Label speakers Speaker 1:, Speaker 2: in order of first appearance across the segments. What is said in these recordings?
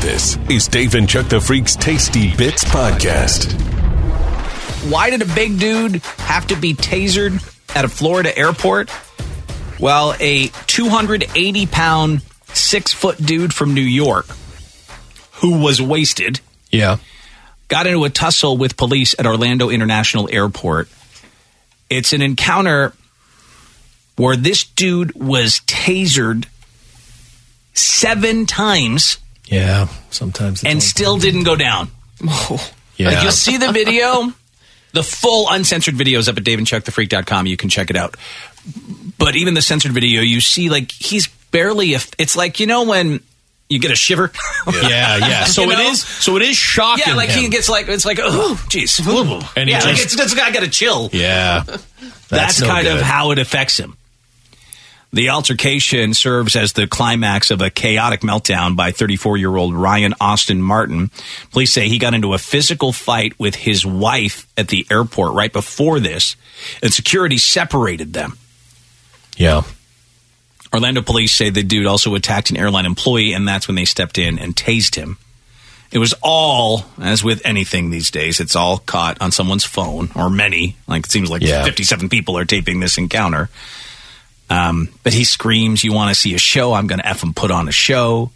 Speaker 1: This is Dave and Chuck the Freak's Tasty Bits Podcast.
Speaker 2: Why did a big dude have to be tasered at a Florida airport? Well, a 280 pound, six foot dude from New York who was wasted
Speaker 3: Yeah.
Speaker 2: got into a tussle with police at Orlando International Airport. It's an encounter where this dude was tasered seven times
Speaker 3: Yeah. Sometimes. It's
Speaker 2: and
Speaker 3: all-
Speaker 2: still didn't go down.
Speaker 3: Yeah.
Speaker 2: Like you'll see the video, the full uncensored video is up at daveandchuckthefreak.com. You can check it out. But even the censored video, you see like he's barely. A, it's like you know when you get a shiver.
Speaker 3: yeah. Yeah. So
Speaker 2: You
Speaker 3: it
Speaker 2: know?
Speaker 3: is. So it is shocking.
Speaker 2: yeah, like
Speaker 3: him.
Speaker 2: he gets like it's like oh jeez.
Speaker 3: And he
Speaker 2: yeah, like
Speaker 3: just-
Speaker 2: it's, it's, I got a chill.
Speaker 3: Yeah.
Speaker 2: That's,
Speaker 3: no
Speaker 2: kind of
Speaker 3: good.
Speaker 2: how it affects him. The altercation serves as the climax of a chaotic meltdown by 34 year old Ryan Austin Martin. Police say he got into a physical fight with his wife at the airport right before this, and security separated them.
Speaker 3: Yeah.
Speaker 2: Orlando police say the dude also attacked an airline employee, and that's when they stepped in and tased him. It was all, as with anything these days, it's all caught on someone's phone or many. Like it seems like
Speaker 3: Yeah.
Speaker 2: 57 people are taping this encounter. Um, but he screams, "You want to see a show? I'm going to f and put on a show."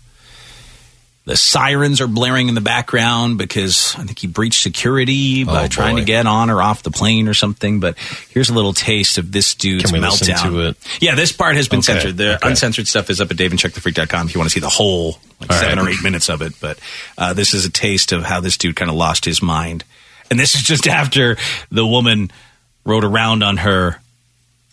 Speaker 2: The sirens are blaring in the background because I think he breached security by
Speaker 3: Oh,
Speaker 2: trying to
Speaker 3: boy.
Speaker 2: get on or off the plane or something. But here's a little taste of this dude's
Speaker 3: Can we
Speaker 2: meltdown.
Speaker 3: listen to it?
Speaker 2: Yeah, this part has been
Speaker 3: Okay,
Speaker 2: censored. The
Speaker 3: okay.
Speaker 2: uncensored stuff is up at daveandcheckthefreak.com if you want to see the whole like
Speaker 3: All
Speaker 2: seven
Speaker 3: right.
Speaker 2: or eight minutes of it. But uh, this is a taste of how this dude kind of lost his mind. And this is just after the woman rode around on her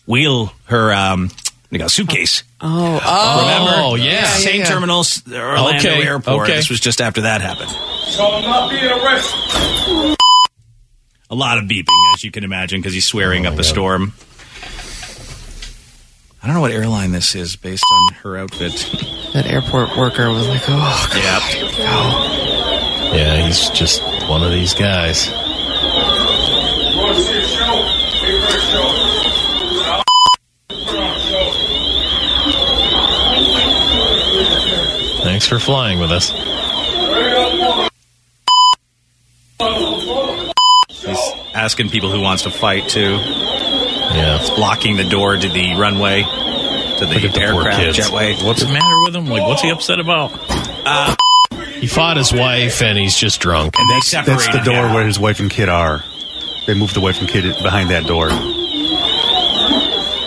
Speaker 2: wheel, her um, you know, suitcase.
Speaker 4: Oh, oh.
Speaker 2: Remember?
Speaker 3: Oh, yeah.
Speaker 2: Same
Speaker 4: yeah.
Speaker 2: terminal, s- Orlando
Speaker 3: Okay,
Speaker 2: Airport.
Speaker 3: okay.
Speaker 2: This was just after that happened.
Speaker 5: Shall not be arrested.
Speaker 2: A lot of beeping, as you can imagine, because he's swearing
Speaker 3: Oh,
Speaker 2: up a storm. I don't know what airline this is based on her outfit.
Speaker 4: That airport worker was like, oh, God.
Speaker 2: Yep.
Speaker 3: Yeah. He's just one of these guys.
Speaker 5: Want to see a show? Pay for a show. Put on a show.
Speaker 3: Thanks for flying with us.
Speaker 5: Hurry up,
Speaker 2: He's asking people who wants to fight too,
Speaker 3: Yeah.
Speaker 2: blocking the door to the runway, to
Speaker 3: Look
Speaker 2: the
Speaker 3: at the poor
Speaker 2: aircraft
Speaker 3: kids.
Speaker 2: jetway.
Speaker 6: What's the matter with him? Like, what's he upset about?
Speaker 3: He fought his wife, and he's just drunk.
Speaker 2: And they
Speaker 7: That's the
Speaker 2: separated,
Speaker 7: door
Speaker 2: yeah.
Speaker 7: where his wife and kid are. They moved away from kid behind that door.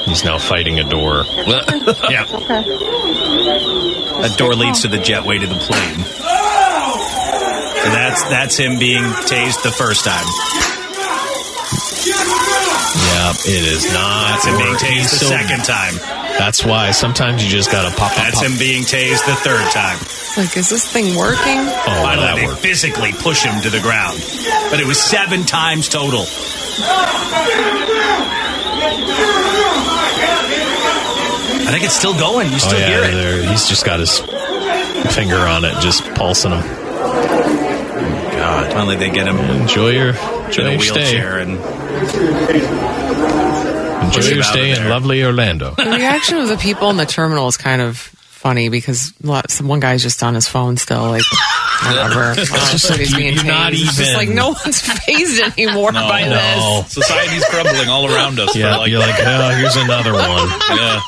Speaker 3: He's now fighting a door.
Speaker 2: yeah. That door leads to the jetway to the plane. So that's that's him being tased the first time.
Speaker 3: Oh, Yeah. It is not.
Speaker 2: Uh, That's him being
Speaker 3: working.
Speaker 2: tased the
Speaker 3: So
Speaker 2: second time.
Speaker 3: That's why sometimes you just gotta pop. pop,
Speaker 2: That's
Speaker 3: pop.
Speaker 2: him being tased the third time.
Speaker 4: Like, is this thing working?
Speaker 3: Oh, that
Speaker 2: Finally, they
Speaker 3: worked.
Speaker 2: physically push him to the ground. But it was seven times total. I think it's still going. You still
Speaker 3: Oh yeah,
Speaker 2: hear it.
Speaker 3: there. He's just got his finger on it, just pulsing him.
Speaker 2: Finally, they get him
Speaker 3: Enjoy your,
Speaker 2: to
Speaker 3: enjoy
Speaker 2: the
Speaker 3: your stay.
Speaker 2: wheelchair, and
Speaker 3: Enjoy
Speaker 2: push him
Speaker 3: your
Speaker 2: out of
Speaker 3: stay in
Speaker 2: there.
Speaker 3: lovely Orlando.
Speaker 4: The reaction of the people in the terminal is kind of funny because lo- some one guy's just on his phone still, like, whatever. It's
Speaker 3: just like, you- you're not
Speaker 4: It's just
Speaker 3: even-
Speaker 4: like no one's phased anymore by
Speaker 3: no.
Speaker 4: this.
Speaker 6: Society's crumbling all around us.
Speaker 3: Yeah,
Speaker 6: but, like,
Speaker 3: you're like, oh, here's another one.
Speaker 6: yeah.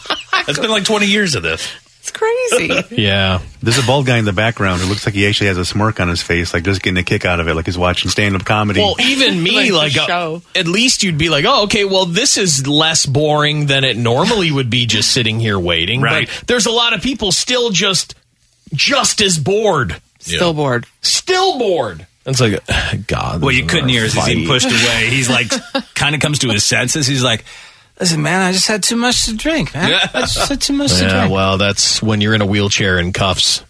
Speaker 6: It's been like 20 years of this.
Speaker 4: It's crazy.
Speaker 3: Yeah,
Speaker 7: There's a bald guy in the background who looks like he actually has a smirk on his face, like just getting a kick out of it, like he's watching stand up comedy.
Speaker 3: Well, even me,
Speaker 4: Like
Speaker 3: like,
Speaker 4: the
Speaker 3: uh,
Speaker 4: show.
Speaker 3: at least you'd be like, oh, okay, well, this is less boring than it normally would be just sitting here waiting.
Speaker 2: Right.
Speaker 3: But there's a lot of people still just, just as bored,
Speaker 4: Still bored.
Speaker 3: still bored. It's like, God.
Speaker 2: well,
Speaker 3: there's
Speaker 2: you couldn't
Speaker 3: another
Speaker 2: hear is he's
Speaker 3: fight.
Speaker 2: being pushed away. He's like, kind of comes to his senses. He's like, "Listen, man, I just had too much to drink, man. I just had too much to
Speaker 3: Yeah,
Speaker 2: drink."
Speaker 3: well, that's when you're in a wheelchair and cuffs.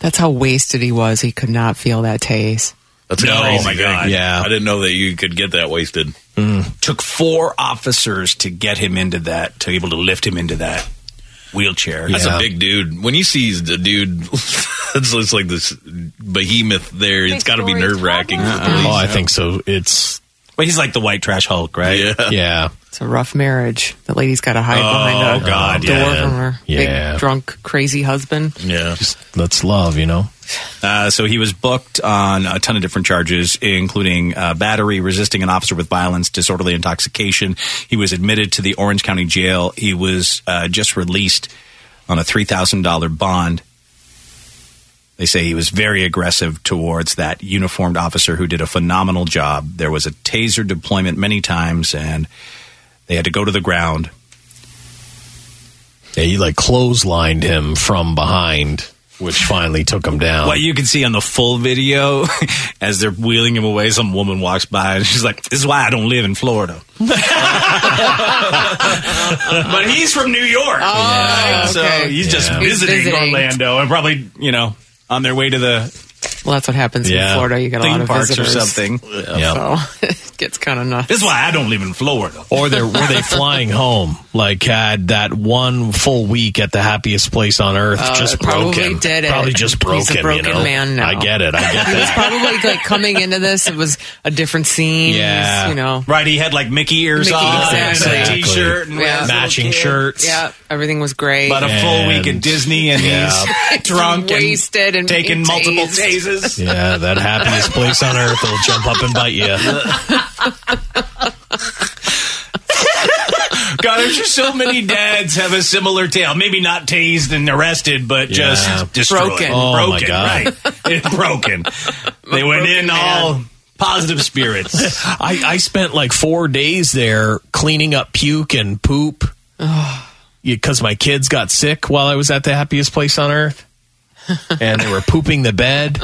Speaker 4: That's how wasted he was. He could not feel that tase.
Speaker 6: That's
Speaker 2: No,
Speaker 6: crazy.
Speaker 2: oh my
Speaker 6: thing. Mm.
Speaker 2: God.
Speaker 3: Yeah.
Speaker 6: I didn't know that you could get that wasted.
Speaker 2: Took four officers to get him into that, to be able to lift him into that wheelchair.
Speaker 6: That's
Speaker 3: Yeah.
Speaker 6: a big dude. When you see the dude, it's just like this behemoth there. It's got to be nerve wracking.
Speaker 3: Oh, I think so. It's
Speaker 2: But he's like the white trash Hulk, right?
Speaker 6: Yeah.
Speaker 3: Yeah.
Speaker 4: It's a rough marriage. The lady's got to hide behind a
Speaker 6: Oh, God,
Speaker 4: door
Speaker 3: yeah.
Speaker 4: from her
Speaker 3: Yeah.
Speaker 4: big drunk crazy husband.
Speaker 6: Yeah.
Speaker 3: That's love, you know?
Speaker 2: Uh, so he was booked on a ton of different charges, including uh, battery, resisting an officer with violence, disorderly intoxication. He was admitted to the Orange County Jail. He was uh, just released on a three thousand dollar bond. They say he was very aggressive towards that uniformed officer who did a phenomenal job. There was a taser deployment many times, and they had to go to the ground.
Speaker 3: Yeah, he like clotheslined him from behind, which finally took him down.
Speaker 2: What you can see on the full video, as they're wheeling him away, some woman walks by and she's like, "This is why I don't live in Florida." but he's from New York,
Speaker 4: Oh,
Speaker 2: so
Speaker 4: okay.
Speaker 2: he's just
Speaker 3: Yeah.
Speaker 4: He's
Speaker 2: visiting,
Speaker 4: visiting.
Speaker 2: Orlando and probably, you know, on their way to the
Speaker 4: Well, that's what happens
Speaker 3: Yeah.
Speaker 4: in Florida. You get a lot
Speaker 2: theme
Speaker 4: of
Speaker 2: parks
Speaker 4: visitors
Speaker 2: or something.
Speaker 3: Yeah.
Speaker 4: So it gets kind of nuts.
Speaker 2: This is why I don't live in Florida.
Speaker 3: or they were they flying home? Like had that one full week at the happiest place on earth just broke
Speaker 4: Uh, probably
Speaker 3: him.
Speaker 4: did it.
Speaker 3: Probably just
Speaker 4: He's
Speaker 3: broke
Speaker 4: a
Speaker 3: him.
Speaker 4: broken
Speaker 3: you know?
Speaker 4: man now.
Speaker 3: I get it. I get
Speaker 4: He was
Speaker 3: that.
Speaker 4: probably like coming into this. It was a different scene. He was,
Speaker 3: Yeah.
Speaker 4: you know.
Speaker 2: Right? He had like Mickey ears
Speaker 4: Mickey,
Speaker 2: on, and a
Speaker 3: exactly.
Speaker 2: t-shirt, and
Speaker 4: Yeah.
Speaker 2: was a little
Speaker 3: Matching
Speaker 2: kid.
Speaker 3: shirts.
Speaker 4: Yeah, everything was great.
Speaker 2: But a full week at
Speaker 3: And-
Speaker 2: Disney, and
Speaker 3: Yeah.
Speaker 2: he's drunk,
Speaker 4: Wasted and
Speaker 2: taking
Speaker 4: tased.
Speaker 2: multiple tases.
Speaker 3: Yeah, that happiest place on earth will jump up and bite you.
Speaker 2: God, I'm sure so many dads have a similar tale. Maybe not tased and arrested, but
Speaker 3: Yeah.
Speaker 2: just destroyed.
Speaker 4: Broken.
Speaker 3: Oh, my
Speaker 2: broken,
Speaker 3: God.
Speaker 2: right. broken. They went
Speaker 4: broken
Speaker 2: in
Speaker 4: man.
Speaker 2: all positive spirits.
Speaker 3: I, I spent like four days there cleaning up puke and poop because my kids got sick while I was at the happiest place on earth. And they were pooping the bed,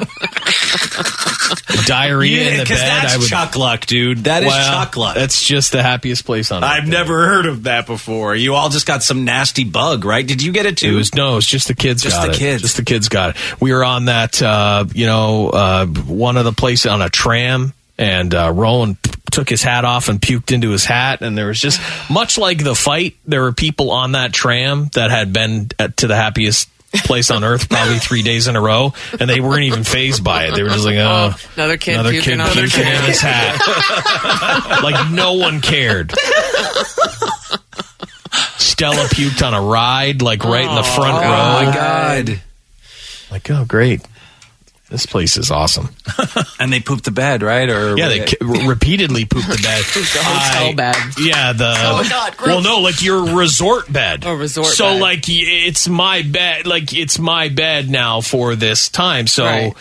Speaker 3: diarrhea in the
Speaker 2: Because
Speaker 3: bed.
Speaker 2: that's
Speaker 3: I would,
Speaker 2: chuck luck, dude. That is
Speaker 3: Well,
Speaker 2: chuck luck.
Speaker 3: That's just the happiest place on earth.
Speaker 2: I've never heard of that before. You all just got some nasty bug, right? Did you get it
Speaker 3: It
Speaker 2: too?
Speaker 3: was no, it's just the kids
Speaker 2: Just
Speaker 3: got
Speaker 2: the
Speaker 3: it.
Speaker 2: kids.
Speaker 3: Just the kids got it. We were on that, uh, you know, uh, one of the places on a tram, and uh, Rowan p- took his hat off and puked into his hat, and there was just much like the fight. There were people on that tram that had been at, to the happiest place on earth probably three days in a row, and they weren't even phased by it. They were just like, oh,
Speaker 4: another kid
Speaker 3: another
Speaker 4: puking
Speaker 3: kid
Speaker 4: on his
Speaker 3: puking in
Speaker 4: hat.
Speaker 3: his hat. like no one cared. Stella puked on a ride, like right
Speaker 4: Oh,
Speaker 3: in the front row.
Speaker 2: Oh, God.
Speaker 3: Like, oh, great. This place is awesome.
Speaker 2: And they pooped the bed, right? Or
Speaker 3: Yeah, they k- re- repeatedly pooped the bed. the
Speaker 4: hotel bed.
Speaker 3: Yeah, the.
Speaker 4: Oh, God, gross.
Speaker 3: well, no, like your resort bed.
Speaker 4: Oh, resort
Speaker 3: So,
Speaker 4: bed.
Speaker 3: like, y- it's my bed. Like, it's my bed now for this time. So.
Speaker 4: Right.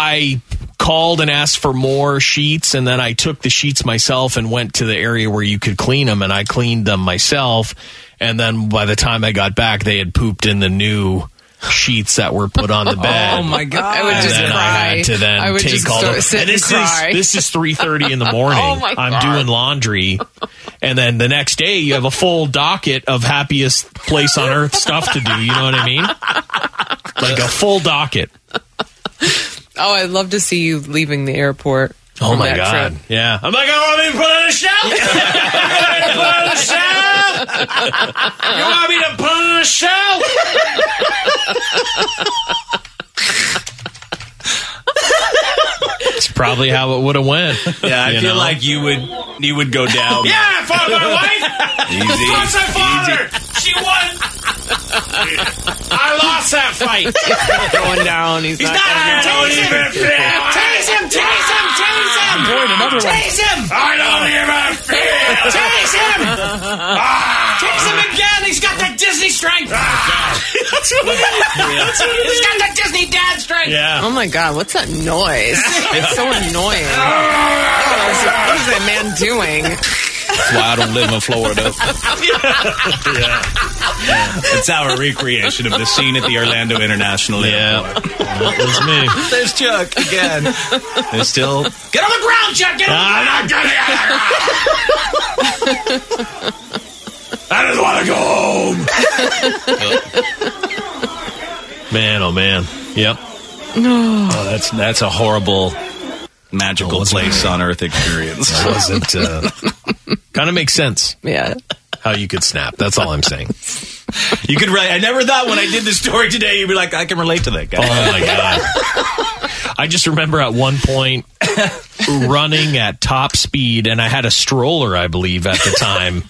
Speaker 3: I called and asked for more sheets, and then I took the sheets myself and went to the area where you could clean them, and I cleaned them myself. And then by the time I got back, they had pooped in the new sheets that were put on the bed.
Speaker 2: Oh my God!
Speaker 4: I would
Speaker 3: And
Speaker 4: just
Speaker 3: then
Speaker 4: cry.
Speaker 3: I had to then
Speaker 4: I would
Speaker 3: take
Speaker 4: just
Speaker 3: all
Speaker 4: start-
Speaker 3: the.
Speaker 4: sit
Speaker 3: and
Speaker 4: and
Speaker 3: this
Speaker 4: cry.
Speaker 3: is this is three thirty in the morning.
Speaker 4: Oh my
Speaker 3: I'm
Speaker 4: God.
Speaker 3: doing laundry, and then the next day you have a full docket of happiest place on earth stuff to do. You know what I mean? Like a full docket.
Speaker 4: Oh, I'd love to see you leaving the airport.
Speaker 3: Oh
Speaker 4: from
Speaker 3: my
Speaker 4: that
Speaker 3: god!
Speaker 4: trip.
Speaker 3: Yeah, I'm like, oh, I'm gonna put on a shelf. I'm gonna put on a shelf. You want me to put on a shelf? It's probably how it would have went.
Speaker 2: yeah, I
Speaker 3: You
Speaker 2: feel
Speaker 3: know?
Speaker 2: like you would you would go down.
Speaker 3: Yeah, I fought my wife.
Speaker 6: Easy.
Speaker 3: Fought my father. She won. I lost that fight.
Speaker 4: Going down. He's, not.
Speaker 3: I don't even fear. Tase him, tase him, tase him. Boy, another one. Tase him. I don't even fear. Tase him. Tase him again. He's got that Disney
Speaker 5: Uh,
Speaker 3: strength. He's got that Disney dad strength. Yeah.
Speaker 4: Oh my god! What's that noise? It's so annoying. Oh, it's like, what is that man doing?
Speaker 6: That's why I don't live in Florida.
Speaker 2: It's our recreation of the scene at the Orlando International Airport.
Speaker 3: That was me.
Speaker 2: There's Chuck again. There's still
Speaker 3: Get on the ground, Chuck. Get on the ground.
Speaker 2: Ah. I just want to go home.
Speaker 3: Man, oh man. Yep.
Speaker 2: Oh, that's that's a horrible magical
Speaker 3: wasn't
Speaker 2: place on earth experience.
Speaker 3: Wasn't. Uh, kind of makes sense
Speaker 4: Yeah.
Speaker 3: how you could snap. That's all I'm saying.
Speaker 2: you could really I never thought when I did this story today you'd be like I can relate to that guy.
Speaker 3: Oh my god! I just remember at one point running at top speed, and I had a stroller, I believe, at the time.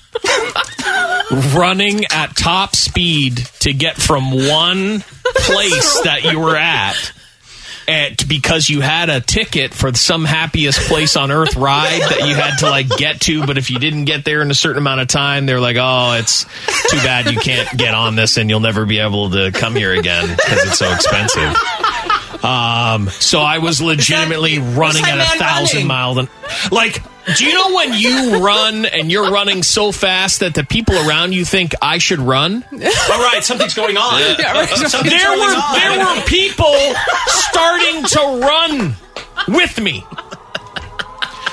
Speaker 3: running at top speed to get from one place that you were at at because you had a ticket for some happiest place on earth ride that you had to like get to but if you didn't get there in a certain amount of time they're like oh it's too bad you can't get on this and you'll never be able to come here again because it's so expensive um so i was legitimately running
Speaker 8: that
Speaker 3: at
Speaker 8: man
Speaker 3: a thousand
Speaker 8: running?
Speaker 3: mile an like do you know when you run and you're running so fast that the people around you think i should run
Speaker 2: All right, something's going on. Something's
Speaker 3: there
Speaker 2: going
Speaker 3: were
Speaker 2: on.
Speaker 3: there were people starting to run with me.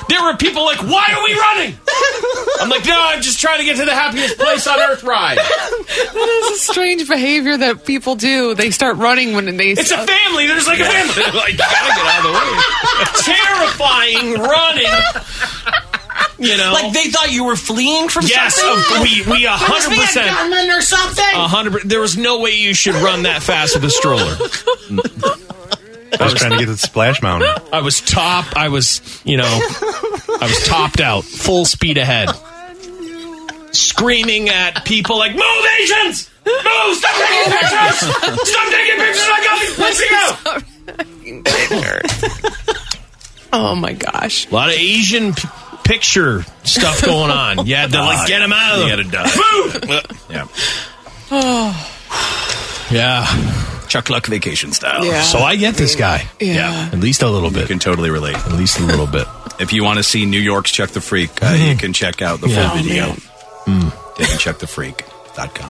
Speaker 3: There were people like, "Why are we running?" I'm like, "No, I'm just trying to get to the happiest place on earth ride."
Speaker 4: That is a strange behavior that people do. They start running when they.
Speaker 3: It's a family. There's like a family.
Speaker 6: like, you gotta get out of the way.
Speaker 3: terrifying running. You know,
Speaker 8: Like they thought you were fleeing from
Speaker 3: yes,
Speaker 8: something.
Speaker 3: of- we we a
Speaker 8: Must
Speaker 3: hundred
Speaker 8: be a
Speaker 3: percent.
Speaker 8: gunman or something.
Speaker 3: A hundred. per- There was no way you should run that fast with a stroller.
Speaker 7: I was trying to get to the splash mountain.
Speaker 3: I was top. I was, you know, I was topped out, full speed ahead, screaming at people like, "Move, Asians! Move! Stop taking pictures! Stop taking pictures! I got these pussy out!"
Speaker 4: oh my gosh!
Speaker 3: A lot of Asian p- picture stuff going on. You had to like get them out of
Speaker 6: You
Speaker 3: them.
Speaker 6: gotta die. yeah.
Speaker 3: Yeah.
Speaker 2: Chuck Luck vacation style.
Speaker 4: Yeah.
Speaker 3: So I get this guy.
Speaker 4: Yeah.
Speaker 3: At least a little
Speaker 2: You
Speaker 3: bit.
Speaker 2: can totally relate.
Speaker 3: At least a little bit. Mm-hmm.
Speaker 2: If you want to see New York's Chuck the Freak, uh, you can check out the
Speaker 3: Yeah.
Speaker 2: full
Speaker 3: Oh,
Speaker 2: video. Mm. David ChuckTheFreak.com.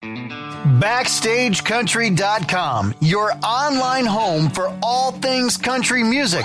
Speaker 9: BackstageCountry.com, your online home for all things country music.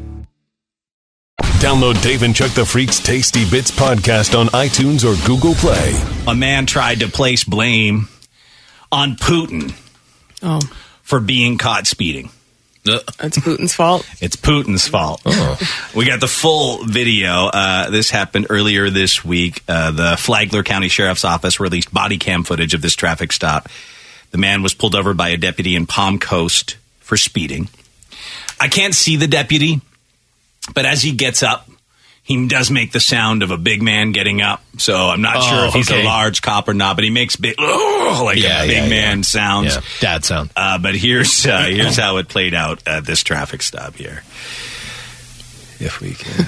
Speaker 1: Download Dave and Chuck the Freak's Tasty Bits podcast on iTunes or Google Play.
Speaker 2: A man tried to place blame on Putin
Speaker 4: Oh,
Speaker 2: for being caught speeding.
Speaker 4: it's Putin's fault.
Speaker 2: It's Putin's fault. We got the full video. Uh, this happened earlier this week. Uh, the Flagler County Sheriff's Office released body cam footage of this traffic stop. The man was pulled over by a deputy in Palm Coast for speeding. I can't see the deputy, but as he gets up, he does make the sound of a big man getting up. So I'm not
Speaker 3: Oh,
Speaker 2: sure if he's
Speaker 3: okay.
Speaker 2: a large cop or not, but he makes big, like
Speaker 3: Yeah,
Speaker 2: a big
Speaker 3: yeah,
Speaker 2: man sounds.
Speaker 3: Yeah. Dad sound.
Speaker 2: Uh, but here's uh, here's how it played out at this traffic stop here. If we can.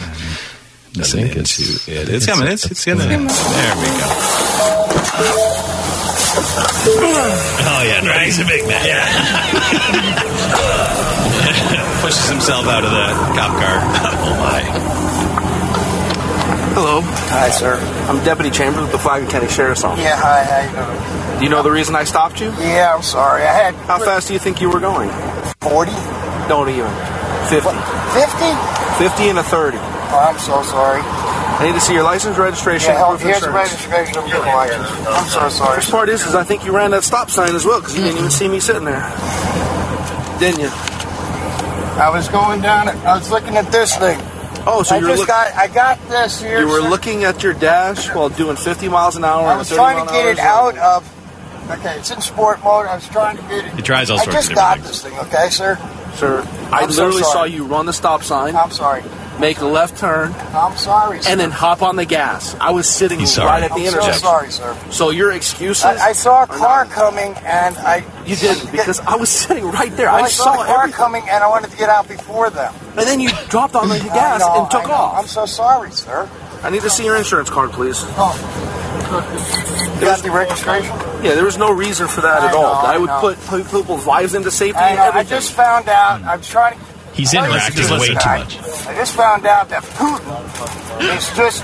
Speaker 2: I
Speaker 3: think it's-
Speaker 2: it. It's coming. It's, it's, coming. There we go. Oh, yeah. Right. He's a big man. Yeah. Pushes himself out of the cop car. Oh,
Speaker 10: Hello. Hi, sir. I'm Deputy Chambers with the Flagler County Sheriff's Office.
Speaker 11: Yeah, hi, how
Speaker 10: Do you know the reason I stopped you?
Speaker 11: you doing? Yeah, I'm sorry. I had
Speaker 10: How fast do you think you were going?
Speaker 11: 40,
Speaker 10: Don't even. 50.
Speaker 11: 50?
Speaker 10: 50 and a 30.
Speaker 11: Oh, I'm so sorry.
Speaker 10: I need to see your license, registration,
Speaker 11: Yeah,
Speaker 10: and
Speaker 11: help,
Speaker 10: proof of insurance.
Speaker 11: here's the registration of your license. I'm so sorry.
Speaker 10: First part is, is I think you ran that stop sign as well because you didn't even see me sitting there. Didn't you?
Speaker 11: I was going down, I was looking at this thing.
Speaker 10: Oh, so
Speaker 11: I
Speaker 10: you were
Speaker 11: just
Speaker 10: look-
Speaker 11: got, I got this here.
Speaker 10: you were
Speaker 11: sir.
Speaker 10: looking at your dash while doing 50 miles an hour.
Speaker 11: I
Speaker 10: and
Speaker 11: was
Speaker 10: 30
Speaker 11: trying to
Speaker 10: mile an
Speaker 11: get it
Speaker 10: hour
Speaker 11: out
Speaker 10: zone.
Speaker 11: of, okay, it's in sport mode. I was trying to get it.
Speaker 2: He tries all
Speaker 11: I
Speaker 2: sorts
Speaker 11: just
Speaker 2: of
Speaker 11: got
Speaker 2: different
Speaker 11: this thing, okay, sir?
Speaker 10: Sir, I
Speaker 11: I'm so
Speaker 10: literally
Speaker 11: sorry.
Speaker 10: saw you run the stop sign,
Speaker 11: I'm sorry.
Speaker 10: make a left turn,
Speaker 11: I'm sorry, sir.
Speaker 10: and then hop on the gas. I was sitting
Speaker 2: He's sorry.
Speaker 10: right at the
Speaker 11: I'm so
Speaker 10: intersection.
Speaker 11: sorry, sir.
Speaker 10: So your excuses?
Speaker 11: I, I saw a
Speaker 10: are
Speaker 11: car
Speaker 10: not-
Speaker 11: coming and I.
Speaker 10: You didn't because I was sitting right there.
Speaker 11: Well,
Speaker 10: I, saw,
Speaker 11: a car
Speaker 10: everything,
Speaker 11: coming and I wanted to get out before them.
Speaker 10: and then you dropped on the gas
Speaker 11: I know,
Speaker 10: and took
Speaker 11: I know. I'm
Speaker 10: off.
Speaker 11: so sorry, sir.
Speaker 10: i need to see your insurance card, please.
Speaker 11: Oh. You got the registration?
Speaker 10: Yeah, there was no reason for that
Speaker 11: I
Speaker 10: at all.
Speaker 11: know,
Speaker 10: I
Speaker 11: I
Speaker 10: would
Speaker 11: know.
Speaker 10: put put people's lives into safety
Speaker 11: I,
Speaker 10: and
Speaker 11: know,
Speaker 10: everything.
Speaker 11: I just found out. I'm trying to.
Speaker 3: He's
Speaker 11: I
Speaker 3: interacting
Speaker 11: just-
Speaker 3: way too
Speaker 11: I-
Speaker 3: much.
Speaker 11: I just found out that Putin has just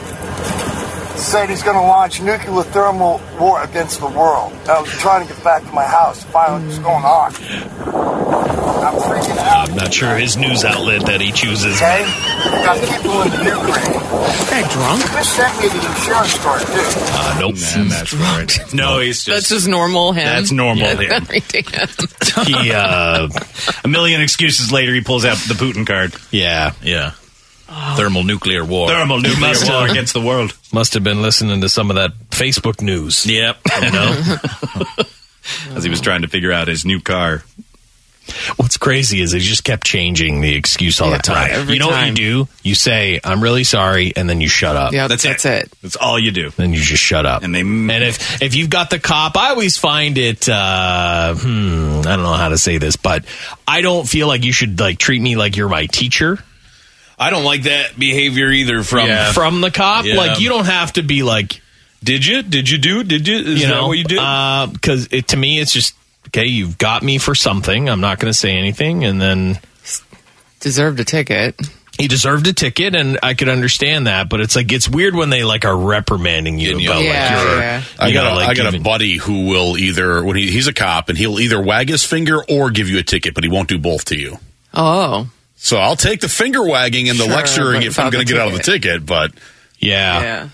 Speaker 11: said he's going to launch nuclear thermal war against the world. I was trying to get back to my house to find what was going on. I I'm freaking out.
Speaker 12: I'm not sure his news outlet that he chooses.
Speaker 11: Okay? I got people in Ukraine. Hey, drunk? You just sent me the insurance card, too.
Speaker 12: Uh, nope. that's right. No, he's just.
Speaker 4: That's just normal him.
Speaker 12: That's normal him. he, uh, a million excuses later, he pulls out the Putin card.
Speaker 3: Yeah.
Speaker 12: Yeah. Thermal nuclear war. Thermal
Speaker 3: He
Speaker 12: nuclear
Speaker 3: must
Speaker 12: war
Speaker 3: have.
Speaker 12: against the world.
Speaker 3: Must have been listening to some of that Facebook news.
Speaker 12: Yep. You know? As he was trying to figure out his new car.
Speaker 3: What's crazy is they just kept changing the excuse all the time.
Speaker 12: right, every
Speaker 3: you know
Speaker 12: time.
Speaker 3: what you do? You say, I'm really sorry, and then you shut up.
Speaker 12: Yeah, That's that's
Speaker 4: it.
Speaker 12: That's all you do.
Speaker 3: Then you just shut up.
Speaker 12: And they
Speaker 3: And if if you've got the cop, I always find it uh hmm, I don't know how to say this, but I don't feel like you should like treat me like you're my teacher.
Speaker 12: I don't like that behavior either from
Speaker 3: from the cop.
Speaker 12: Yeah.
Speaker 3: Like you don't have to be like,
Speaker 12: did you? Did you do? Did you? Is
Speaker 3: you
Speaker 12: that
Speaker 3: know,
Speaker 12: what you did?
Speaker 3: Because it to me, it's just okay. You've got me for something. I'm not going to say anything, and then
Speaker 4: deserved a ticket.
Speaker 3: He deserved a ticket, and I could understand that. But it's like it's weird when they like are reprimanding you about Oh, like your.
Speaker 13: I
Speaker 3: you
Speaker 13: got,
Speaker 3: know,
Speaker 13: a,
Speaker 3: like,
Speaker 13: I got a
Speaker 3: giving-
Speaker 13: buddy who will either when he, he's a cop and he'll either wag his finger or give you a ticket, but he won't do both to you.
Speaker 4: Oh.
Speaker 13: So I'll take the finger wagging and the
Speaker 4: Sure,
Speaker 13: lecturing
Speaker 4: but
Speaker 13: if I'm
Speaker 4: without
Speaker 13: going to
Speaker 4: the
Speaker 13: get out of the ticket. But
Speaker 3: Yeah.
Speaker 4: Yeah.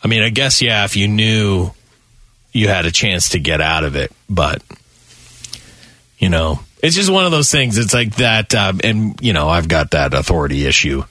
Speaker 3: I mean, I guess yeah. If you knew you had a chance to get out of it, but you know, it's just one of those things. It's like that, um, and you know, I've got that authority issue.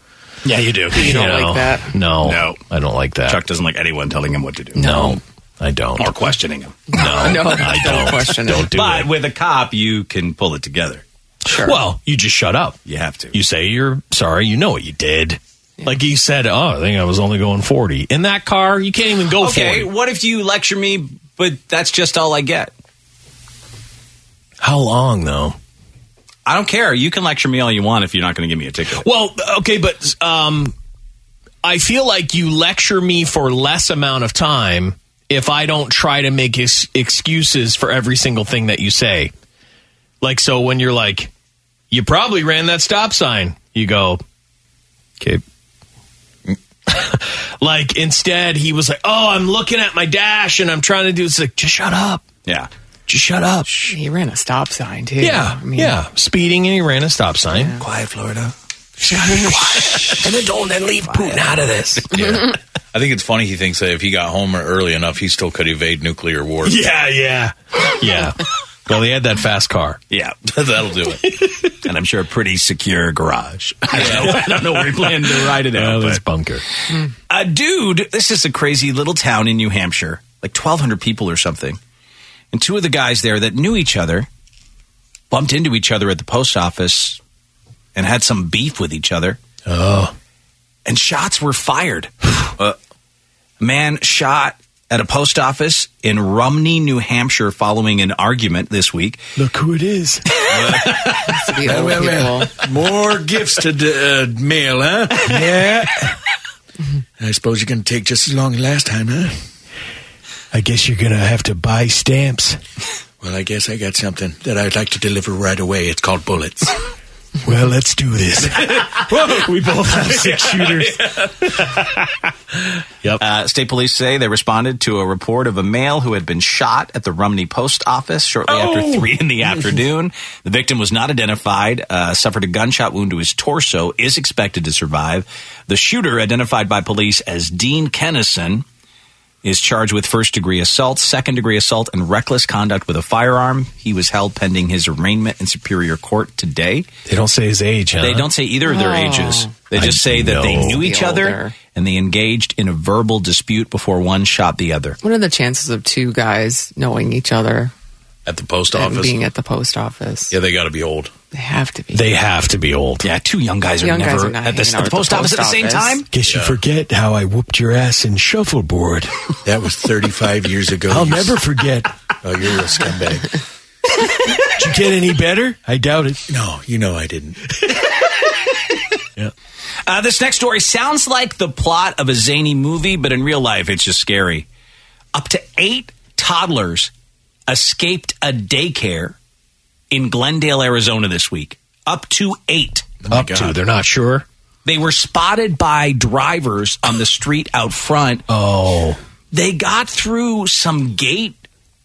Speaker 12: Yeah, you do.
Speaker 3: You don't like that? No,
Speaker 12: no,
Speaker 3: I don't like that.
Speaker 12: Chuck doesn't like anyone telling him what to do.
Speaker 3: No, I don't.
Speaker 12: Or questioning him.
Speaker 3: No,
Speaker 4: No, I don't don't. question it. Don't do
Speaker 12: but with a cop, you can pull it together.
Speaker 4: Sure.
Speaker 3: Well, you just shut up.
Speaker 12: You have to.
Speaker 3: You say you're sorry. You know what you did. Like you said, oh, I think I was only going 40. In that car, you can't even go
Speaker 2: okay,
Speaker 3: 40.
Speaker 2: what if you lecture me, but that's just all I get?
Speaker 3: How long, though?
Speaker 2: I don't care. You can lecture me all you want if you're not going to give me a ticket.
Speaker 3: Well, okay, but um, I feel like you lecture me for less amount of time if I don't try to make ex- excuses for every single thing that you say. Like, so when you're like, you probably ran that stop sign, you go, okay. like, instead, he was like, oh, I'm looking at my dash and I'm trying to do this. Like, just shut up.
Speaker 12: Yeah.
Speaker 3: Just shut up.
Speaker 4: He ran a stop sign too.
Speaker 3: Yeah.
Speaker 4: I mean,
Speaker 3: yeah. Speeding and he ran a stop sign. Quiet, Florida. and then don't then leave Putin out of this.
Speaker 14: Yeah. I think it's funny he thinks that if he got home early enough, he still could evade nuclear war.
Speaker 3: Yeah, yeah, yeah. well, they had that fast car.
Speaker 2: Yeah,
Speaker 14: that'll do it.
Speaker 2: and I'm sure a pretty secure garage. I don't know, I don't know where he planned to ride it out.
Speaker 3: Well,
Speaker 2: but-
Speaker 3: it's bunker.
Speaker 2: a Uh, dude, this is a crazy little town in New Hampshire, like 1,200 people or something. And two of the guys there that knew each other bumped into each other at the post office and had some beef with each other.
Speaker 3: Oh.
Speaker 2: And shots were fired. Uh, a man shot at a post office in Rumney, New Hampshire, following an argument this week.
Speaker 3: Look who it is.
Speaker 2: old
Speaker 14: Well, well, More gifts to the uh, mail, huh? Yeah. I suppose you're going to take just as long as last time, huh?
Speaker 3: I guess you're gonna have to buy stamps.
Speaker 14: Well, I guess I got something that I'd like to deliver right away. It's called bullets.
Speaker 3: Well, let's do this. we both have six shooters. Yep.
Speaker 2: Uh, state police say they responded to a report of a male who had been shot at the Rumney post office shortly
Speaker 15: Oh!
Speaker 2: after three in the afternoon. The victim was not identified, uh, suffered a gunshot wound to his torso, is expected to survive. The shooter, identified by police as Dean Kennison, is charged with first degree assault, second degree assault, and reckless conduct with a firearm. He was held pending his arraignment in Superior Court today.
Speaker 3: They don't say his age, huh?
Speaker 2: They
Speaker 4: Uh-huh.
Speaker 2: don't say either of their
Speaker 3: Oh.
Speaker 2: ages. They
Speaker 3: I
Speaker 2: just say that they
Speaker 3: know.
Speaker 2: knew each
Speaker 4: Be
Speaker 2: other
Speaker 4: older.
Speaker 2: and they engaged in a verbal dispute before one shot the other.
Speaker 4: What are the chances of two guys knowing each other
Speaker 14: At the post
Speaker 4: and
Speaker 14: office.
Speaker 4: being at the post office?
Speaker 14: yeah, they got to be old.
Speaker 4: They have to be.
Speaker 3: They have to be old.
Speaker 2: Yeah, two young guys
Speaker 4: Young guys are not hanging out at the post office.
Speaker 3: Guess you forget how I whooped your ass in shuffleboard.
Speaker 14: That was 35 years ago.
Speaker 3: I'll
Speaker 14: You-
Speaker 3: never forget.
Speaker 14: Oh, you're a real scumbag.
Speaker 3: Did you get any better? I doubt it.
Speaker 14: No, you know I didn't.
Speaker 2: Uh, this next story sounds like the plot of a zany movie, but in real life, it's just scary. Up to eight toddlers escaped a daycare in Glendale, Arizona this week. Up to eight.
Speaker 3: Up to. They're not sure.
Speaker 2: They were spotted by drivers on the street out front.
Speaker 3: Oh.
Speaker 2: They got through some gate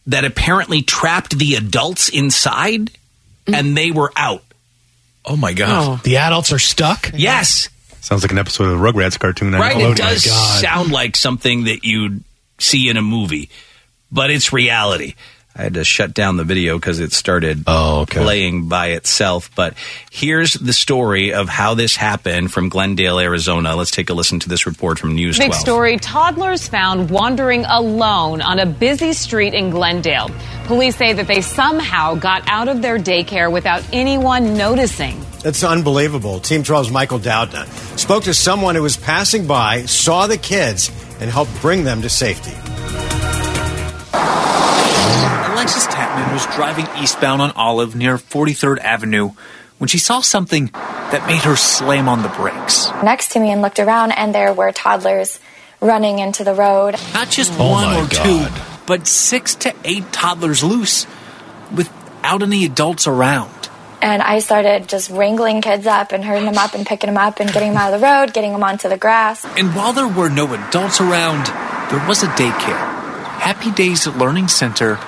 Speaker 2: that apparently trapped the adults inside and they were out.
Speaker 3: Oh my god!
Speaker 7: The adults are stuck?
Speaker 2: Yes.
Speaker 7: Sounds like an episode of the Rugrats cartoon. on
Speaker 2: Right?
Speaker 3: oh
Speaker 7: Nickelodeon.
Speaker 2: It
Speaker 13: Oh,
Speaker 2: does sound like something that you'd see in a movie, but it's reality. I had to shut down the video because it started
Speaker 3: Oh,
Speaker 2: playing by itself. But here's the story of how this happened from Glendale, Arizona. Let's take a listen to this report from News
Speaker 15: Big
Speaker 2: 12.
Speaker 15: story toddlers found wandering alone on a busy street in Glendale. Police say that they somehow got out of their daycare without anyone noticing.
Speaker 16: That's unbelievable. Team 12's Michael Doudna spoke to someone who was passing by, saw the kids, and helped bring them to safety.
Speaker 17: Alexis Tapman was driving eastbound on Olive near 43rd Avenue when she saw something that made her slam on the brakes.
Speaker 18: next to me and looked around, and there were toddlers running into the road.
Speaker 17: Not just
Speaker 18: Oh
Speaker 17: one
Speaker 18: my
Speaker 17: or two, but six to eight toddlers loose without any adults around.
Speaker 18: And I started just wrangling kids up and herding them up and picking them up and getting them out of the road, getting them onto the grass.
Speaker 17: And while there were no adults around, there was a daycare. Happy Days Learning Center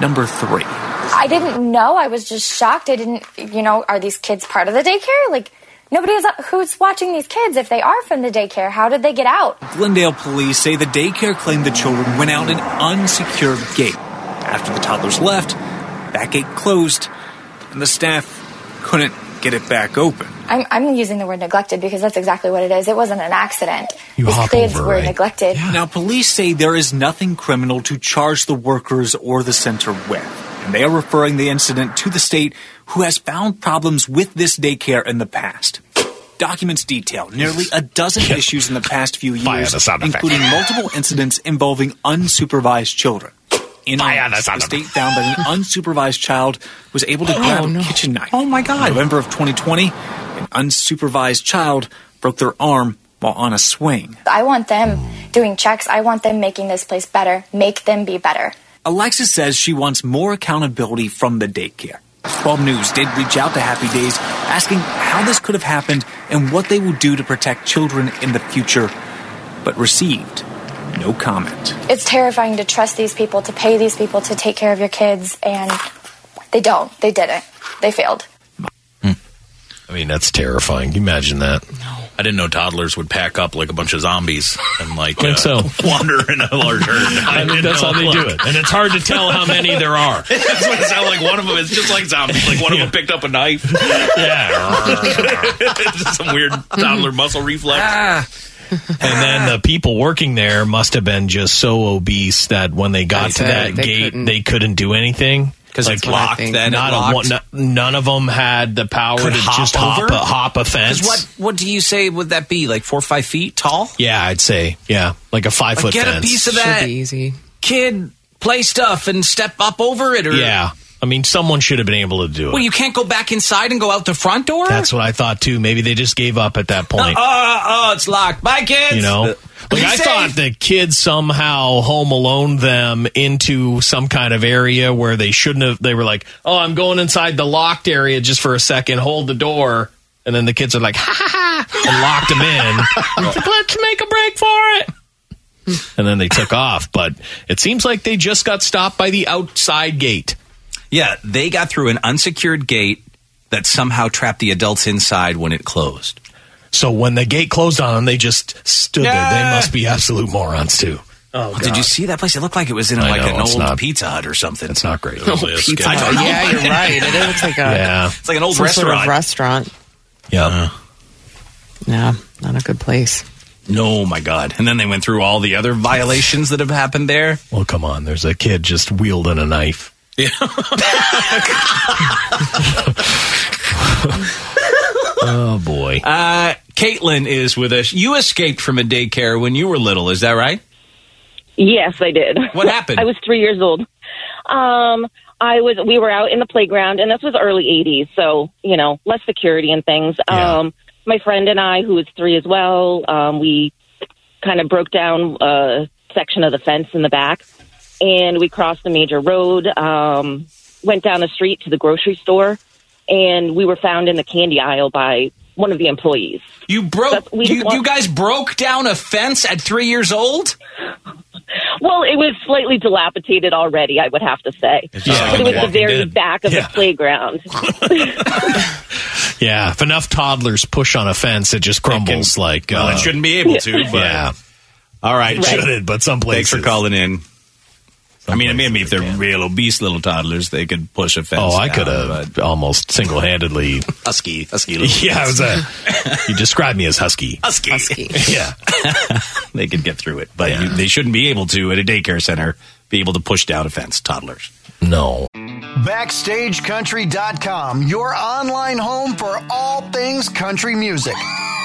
Speaker 17: number three.
Speaker 18: I didn't know. I was just shocked. I didn't, you know, are these kids part of the daycare? Like, nobody is, who's watching these kids if they are from the daycare? How did they get out?
Speaker 17: Glendale police say the daycare claimed the children went out an unsecured gate. After the toddlers left, that gate closed, and the staff couldn't get it back open.
Speaker 18: I'm, I'm using the word neglected because that's exactly what it is. It wasn't an accident.
Speaker 17: You
Speaker 18: these
Speaker 17: hop
Speaker 18: kids
Speaker 17: over,
Speaker 18: were
Speaker 17: right?
Speaker 18: neglected.
Speaker 17: Now, police say there is nothing criminal to charge the workers or the center with, and they are referring the incident to the state, who has found problems with this daycare in the past. Documents detail nearly a dozen issues in the past few years, including multiple incidents involving unsupervised children. In August, the state found that an unsupervised child was able to
Speaker 2: Oh,
Speaker 17: grab
Speaker 2: no.
Speaker 17: a kitchen knife. Oh my God! November of 2020, an unsupervised child broke their arm while on a swing.
Speaker 18: I want them doing checks. I want them making this place better. Make them be better.
Speaker 17: Alexis says she wants more accountability from the daycare. 12 News did reach out to Happy Days asking how this could have happened and what they will do to protect children in the future, but received no comment.
Speaker 18: It's terrifying to trust these people, to pay these people to take care of your kids, and they don't. They didn't. They failed.
Speaker 3: I mean, that's terrifying. Can you imagine that?
Speaker 12: I didn't know toddlers would pack up like a bunch of zombies and like uh,
Speaker 3: Think so.
Speaker 12: wander in a large herd.
Speaker 3: I think
Speaker 12: didn't
Speaker 3: that's
Speaker 12: know.
Speaker 3: how they do it. And it's hard to tell how many there are.
Speaker 12: that's what it sounded like. One of them is just like zombies. Like one of them picked up a knife.
Speaker 3: Yeah.
Speaker 12: just some weird toddler muscle reflex.
Speaker 3: And then the people working there must have been just so obese that when they got
Speaker 12: That's
Speaker 3: to
Speaker 12: it.
Speaker 3: that
Speaker 12: They
Speaker 3: gate,
Speaker 12: couldn't-
Speaker 3: they couldn't do anything
Speaker 12: 'Cause it's locked then, it
Speaker 3: Not a
Speaker 12: locked.
Speaker 3: one, no- none of them had the power
Speaker 2: Could
Speaker 3: to
Speaker 2: hop
Speaker 3: just hop
Speaker 2: over?
Speaker 3: a, hop a
Speaker 2: 'Cause
Speaker 3: fence.
Speaker 2: What, what do you say would that be? Like four or five feet tall?
Speaker 3: Yeah, I'd say yeah, like a five
Speaker 2: Like,
Speaker 3: foot
Speaker 2: get a
Speaker 3: fence.
Speaker 2: piece of Should that. be
Speaker 4: easy.
Speaker 2: Kid, play stuff and step up over it? Or,
Speaker 3: Yeah, I mean, someone should have been able to do it.
Speaker 2: Well, you can't go back inside and go out the front door?
Speaker 3: That's what I thought too. Maybe they just gave up at that point.
Speaker 2: oh, it's locked. Bye, kids.
Speaker 3: you know like i thought the kids somehow home alone them into some kind of area where they shouldn't have they were like oh i'm going inside the locked area just for a second hold the door and then the kids are like ha ha ha and locked them in let's make a break for it and then they took off but it seems like they just got stopped by the outside gate
Speaker 2: Yeah, they got through an unsecured gate that somehow trapped the adults inside when it closed.
Speaker 3: so when the gate closed on them they just stood there they must be absolute morons too Oh,
Speaker 2: did you see that place? It looked like it was in
Speaker 3: I
Speaker 2: like
Speaker 3: know,
Speaker 2: an
Speaker 3: it's
Speaker 2: old
Speaker 3: not-
Speaker 2: Pizza Hut or something. It's
Speaker 3: not great.
Speaker 2: Oh, pizza
Speaker 4: Yeah,
Speaker 2: Hut.
Speaker 4: you're right. It looks like a
Speaker 2: Yeah. It's like an old
Speaker 4: some sort of
Speaker 2: restaurant.
Speaker 4: restaurant.
Speaker 2: Uh,
Speaker 3: Yeah.
Speaker 4: Yeah, not a good place.
Speaker 2: No, Oh, my God. And then they went through all the other violations that have happened there.
Speaker 3: Well, come on. There's a kid just wielding a knife.
Speaker 2: Yeah.
Speaker 3: oh, boy.
Speaker 2: Uh, Caitlin is with us. You escaped from a daycare when you were little, is that right?
Speaker 19: Yes, I did.
Speaker 2: What happened?
Speaker 19: I was three years old. Um, I was. We were out in the playground, and this was early '80s, so you know, less security and things. Um, my friend and I, who was three as well, um, we kind of broke down a section of the fence in the back, and we crossed the major road. Um, went down the street to the grocery store, and we were found in the candy aisle by one of the employees.
Speaker 2: You broke. You, you guys broke down a fence at three years old?
Speaker 19: Well, it was slightly dilapidated already, I would have to say.
Speaker 2: just like
Speaker 19: it was the
Speaker 2: Walking
Speaker 19: very
Speaker 2: Dead.
Speaker 19: back of
Speaker 2: Yeah.
Speaker 19: the playground.
Speaker 3: Yeah, if enough toddlers push on a fence, it just crumbles. like, uh,
Speaker 2: well, it shouldn't be able to, but-
Speaker 3: yeah,
Speaker 2: All right,
Speaker 3: It shouldn't, but some
Speaker 2: Thanks for
Speaker 3: places.
Speaker 2: calling in. I mean, maybe if they're real obese little toddlers, they could push a fence.
Speaker 3: Oh, I
Speaker 2: down,
Speaker 3: could have almost single handedly
Speaker 2: husky, husky. Little
Speaker 3: Yeah, it was a,
Speaker 2: kids.
Speaker 3: you described me as husky.
Speaker 2: husky.
Speaker 3: yeah,
Speaker 2: they could get through it, but you, they shouldn't be able to at a daycare center be able to push down a fence. Toddlers,
Speaker 3: no.
Speaker 9: BackstageCountry.com, your online home for all things country music.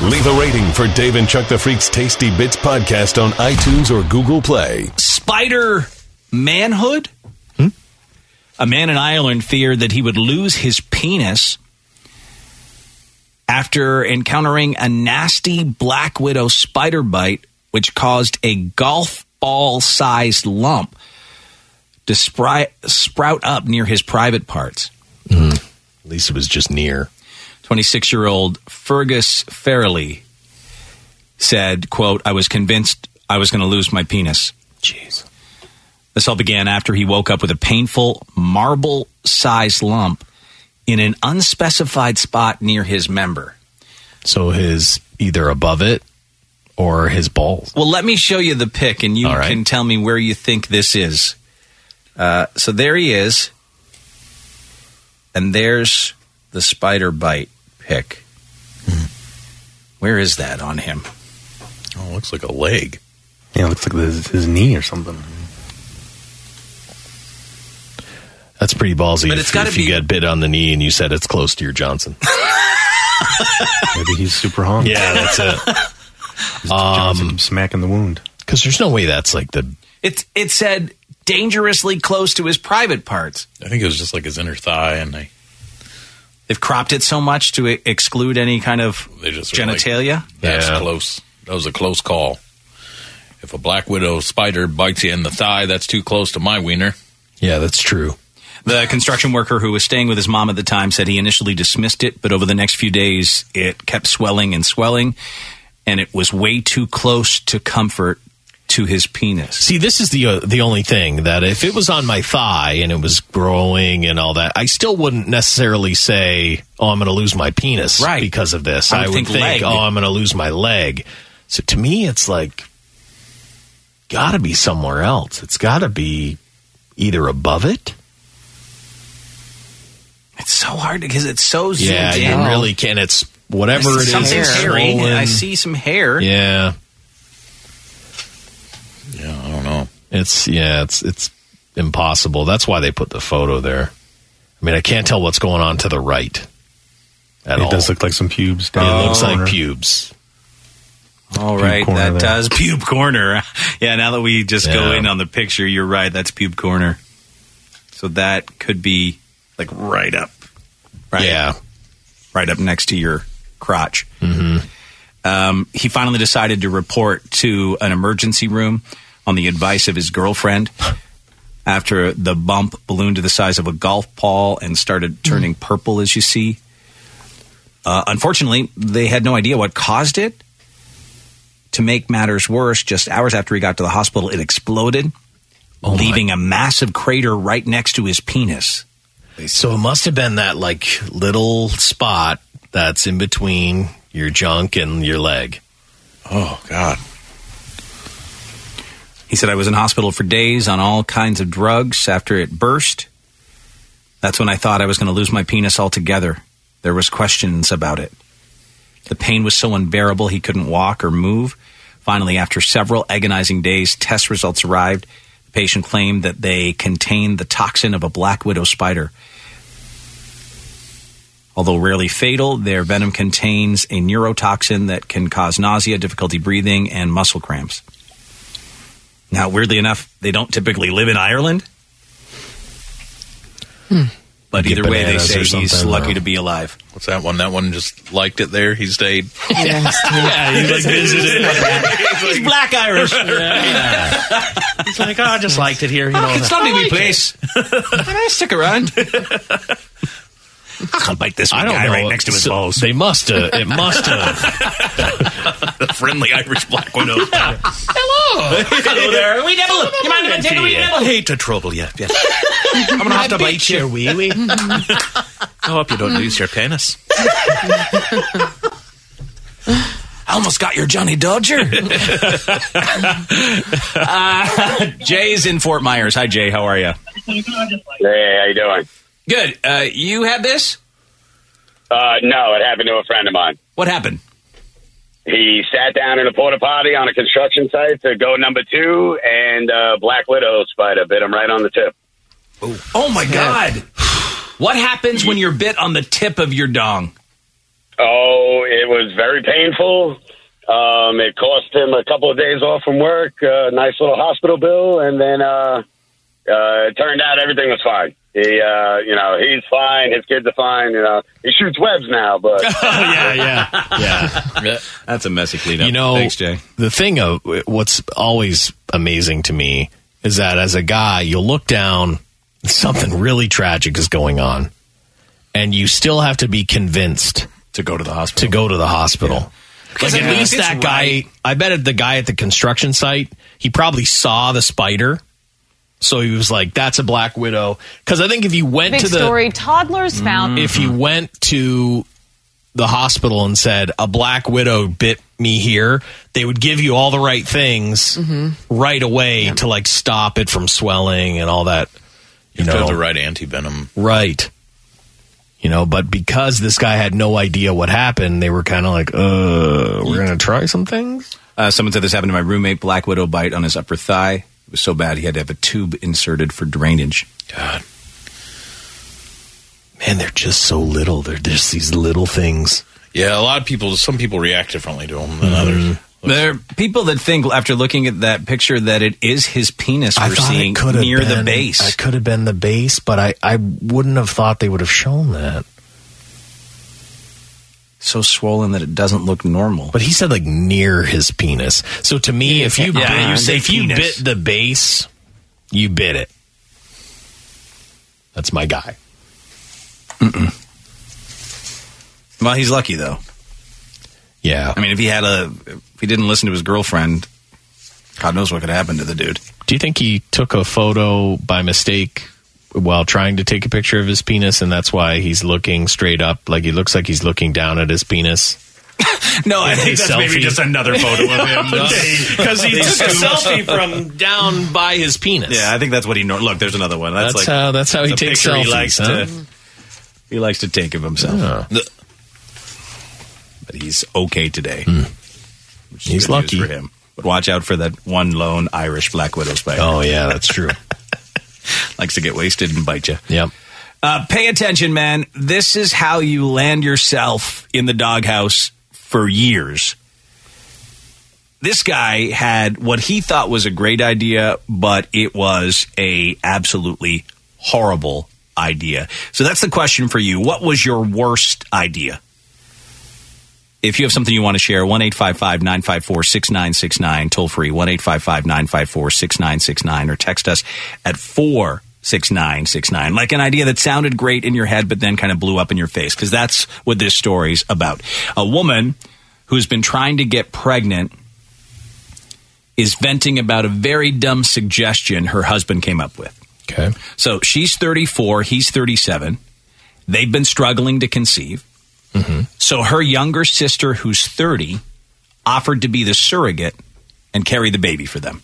Speaker 1: Leave a rating for Dave and Chuck the Freak's Tasty Bits podcast on iTunes or Google Play.
Speaker 2: spider manhood.
Speaker 3: Hmm?
Speaker 2: A man in Ireland feared that he would lose his penis after encountering a nasty black widow spider bite, which caused a golf ball sized lump to spry- sprout up near his private parts.
Speaker 3: At least it was just near.
Speaker 2: 26 year old Fergus Farrelly said, quote, I was convinced I was going to lose my penis. Jeez. This all began after he woke up with a painful marble sized lump in an unspecified spot near his member.
Speaker 3: So his either above it or his balls.
Speaker 2: Well, let me show you the pic and you can tell me where you think this is. Uh, so there he is. And there's the spider bite pic. Where is that on him?
Speaker 13: Oh, looks like a leg.
Speaker 7: Yeah, it looks like his, his knee or something.
Speaker 3: That's pretty ballsy.
Speaker 7: But
Speaker 3: if,
Speaker 7: it's gotta
Speaker 3: if you
Speaker 7: be-
Speaker 3: get bit on the knee and you said it's close to your Johnson.
Speaker 7: Maybe he's super hung.
Speaker 3: Yeah, that's it. Um,
Speaker 7: smacking the wound.
Speaker 3: Because there's no way that's like the.
Speaker 2: It it said dangerously close to his private parts.
Speaker 13: I think it was just like his inner thigh, and they
Speaker 2: They've cropped it so much to e- exclude any kind of
Speaker 13: they just were like,
Speaker 2: genitalia.
Speaker 13: That's close. That was a close call. If a black widow spider bites you in the thigh, that's too close to my wiener.
Speaker 3: Yeah, that's true.
Speaker 2: The construction worker who was staying with his mom at the time said he initially dismissed it, but over the next few days, it kept swelling and swelling, and it was way too close to comfort to his penis.
Speaker 3: See, this is the uh, the only thing that if it was on my thigh and it was growing and all that, I still wouldn't necessarily say, "Oh, I'm going to lose my penis," right. Because of this,
Speaker 2: I would
Speaker 3: I would
Speaker 2: think
Speaker 3: think,
Speaker 2: leg.
Speaker 3: "Oh, I'm going to lose my leg." So to me, it's like got to be somewhere else. It's got to be either above it.
Speaker 2: It's so hard because it's so zoomed
Speaker 3: Yeah, you
Speaker 2: in.
Speaker 3: really can. It's whatever
Speaker 2: I see
Speaker 3: it is.
Speaker 2: something
Speaker 3: it's
Speaker 2: hairy.
Speaker 3: swollen.
Speaker 2: I see some hair.
Speaker 3: Yeah.
Speaker 13: Yeah, I don't know.
Speaker 3: It's yeah, it's it's impossible. That's why they put the photo there. I mean, I can't tell what's going on to the right. At
Speaker 7: it
Speaker 3: all.
Speaker 7: does look like some pubes. Down
Speaker 3: it
Speaker 7: the
Speaker 3: looks
Speaker 7: corner.
Speaker 3: like pubes.
Speaker 2: All right,
Speaker 7: corner
Speaker 2: that
Speaker 7: there.
Speaker 2: does pube corner. Yeah, now that we just go
Speaker 7: Yeah.
Speaker 2: in on the picture, you're right. That's pube corner. So that could be like right up, right?
Speaker 3: Yeah,
Speaker 2: right up next to your crotch.
Speaker 3: Mm-hmm.
Speaker 2: Um, he finally decided to report to an emergency room on the advice of his girlfriend after the bump ballooned to the size of a golf ball and started turning purple, as you see. Uh, unfortunately, they had no idea what caused it. To make matters worse, just hours after he got to the hospital, it exploded, leaving a massive crater right next to his penis.
Speaker 3: So it must have been that like little spot that's in between your junk and your leg.
Speaker 13: Oh God.
Speaker 2: He said, I was in hospital for days on all kinds of drugs after it burst. That's when I thought I was going to lose my penis altogether. There was questions about it. The pain was so unbearable he couldn't walk or move. Finally, after several agonizing days, test results arrived. The patient claimed that they contained the toxin of a black widow spider. Although rarely fatal, their venom contains a neurotoxin that can cause nausea, difficulty breathing, and muscle cramps. Now, weirdly enough, they don't typically live in Ireland. But
Speaker 13: Hmm. Get
Speaker 2: either way, they
Speaker 13: bananas
Speaker 2: say
Speaker 13: or
Speaker 2: he's
Speaker 13: something,
Speaker 2: lucky
Speaker 13: or-
Speaker 2: to be alive.
Speaker 13: What's that one? That one just liked it there. He stayed.
Speaker 2: yeah,
Speaker 13: he's like visited.
Speaker 2: he's black Irish.
Speaker 3: It's like, oh, I just liked it here. You know,
Speaker 2: it's not my place. Can I stick around? I'll bite this
Speaker 3: I don't
Speaker 2: guy
Speaker 3: know.
Speaker 2: right next to his
Speaker 3: So
Speaker 2: balls.
Speaker 3: They must
Speaker 13: uh,
Speaker 3: have. It must have.
Speaker 13: the friendly Irish black widow.
Speaker 8: Hello.
Speaker 13: Hello
Speaker 8: there. We devil. You mind if I take a wee
Speaker 13: I
Speaker 8: nibble?
Speaker 13: hate to trouble you. Yes. I'm gonna have to bite you, wee wee. I hope you don't lose your penis.
Speaker 2: I almost got your Johnny Dodger. uh, Jay's in Fort Myers. Hi, Jay. How are you?
Speaker 5: Hey, how you doing?
Speaker 2: Good. Uh, you had this?
Speaker 5: Uh, no, it happened to a friend of mine.
Speaker 2: What happened?
Speaker 5: He sat down in a porta potty on a construction site to go number two, and uh, Black Widow spider bit him right on the tip.
Speaker 2: Oh my God! What happens when you're bit on the tip of your dong?
Speaker 5: Oh, it was very painful. Um, it cost him a couple of days off from work, a nice little hospital bill, and then uh, uh, it turned out everything was fine. He, uh, you know, he's fine. His kids are fine. You know, he shoots webs now, but
Speaker 3: yeah, yeah.
Speaker 13: Yeah,
Speaker 2: that's a messy cleanup.
Speaker 3: You know,
Speaker 2: thanks, Jay.
Speaker 3: the thing of what's always amazing to me is that as a guy, you'll look down, something really tragic is going on, and you still have to be convinced
Speaker 13: to go to the hospital.
Speaker 3: To go to the hospital.
Speaker 2: Because,
Speaker 3: like
Speaker 2: I
Speaker 3: at
Speaker 2: mean,
Speaker 3: least
Speaker 2: if it's
Speaker 3: that guy, I bet the guy at the construction site, he probably saw the spider. So he was like, "That's a black widow." Because I think if you went
Speaker 15: Big
Speaker 3: to the
Speaker 15: story. Toddlers found.
Speaker 3: if you went to the hospital and said a black widow bit me here, they would give you all the right things right away to like stop it from swelling and all that.
Speaker 13: You have
Speaker 3: You,
Speaker 13: to
Speaker 3: know,
Speaker 13: have the right anti venom.
Speaker 3: right? You know, but because this guy had no idea what happened, they were kind of like, "Uh, we're gonna try some things."
Speaker 2: Uh, someone said this happened to my roommate. Black widow bite on his upper thigh. It was so bad he had to have a tube inserted for drainage.
Speaker 3: God, man, they're just so little. They're just these little things.
Speaker 13: Yeah, a lot of people. Some people react differently to them than others.
Speaker 2: There are people that think after looking at that picture that it is his penis we're seeing
Speaker 3: could have
Speaker 2: near the
Speaker 3: been-
Speaker 2: base.
Speaker 3: It could have been the base, but I, I wouldn't have thought they would have shown that.
Speaker 2: So swollen that it doesn't look normal.
Speaker 3: But he said like near his penis. So to me, if you
Speaker 2: Yeah,
Speaker 3: bit,
Speaker 2: you say
Speaker 3: if you
Speaker 2: penis.
Speaker 3: bit the base, you bit it. That's my guy.
Speaker 2: Well, he's lucky though.
Speaker 3: Yeah.
Speaker 2: I mean, if he had a, if he didn't listen to his girlfriend, God knows what could happen to the dude.
Speaker 3: Do you think he took a photo by mistake while trying to take a picture of his penis, and that's why he's looking straight up, like he looks like he's looking down at his penis?
Speaker 2: No,
Speaker 3: I think that's maybe just another photo of him.
Speaker 2: because he took a selfie
Speaker 3: from down by his penis.
Speaker 2: Yeah, I think that's what he. Nor- Look, there's another one. That's,
Speaker 3: That's
Speaker 2: like
Speaker 3: how- that's how he
Speaker 2: the
Speaker 3: takes
Speaker 2: picture He
Speaker 3: selfies,
Speaker 2: likes
Speaker 3: huh?
Speaker 2: to. He likes to take of himself. But he's okay today. Which is
Speaker 3: Hmm. He's
Speaker 2: good news
Speaker 3: lucky.
Speaker 2: for him. But watch out for that one lone Irish black widow spider.
Speaker 3: Oh yeah, that's true.
Speaker 2: likes to get wasted and bite you.
Speaker 3: Yep.
Speaker 2: Uh, pay attention, man. This is how you land yourself in the doghouse for years. This guy had what he thought was a great idea, but it was a absolutely horrible idea. So that's the question for you. What was your worst idea? If you have something you want to share, 1 855 954 6969, toll free 1 855 954 6969, or text us at 46969. Like an idea that sounded great in your head, but then kind of blew up in your face, because that's what this story's about. A woman who's been trying to get pregnant is venting about a very dumb suggestion her husband came up with.
Speaker 3: Okay.
Speaker 2: So she's 34, he's 37. They've been struggling to conceive. So her younger sister, who's 30, offered to be the surrogate and carry the baby for them.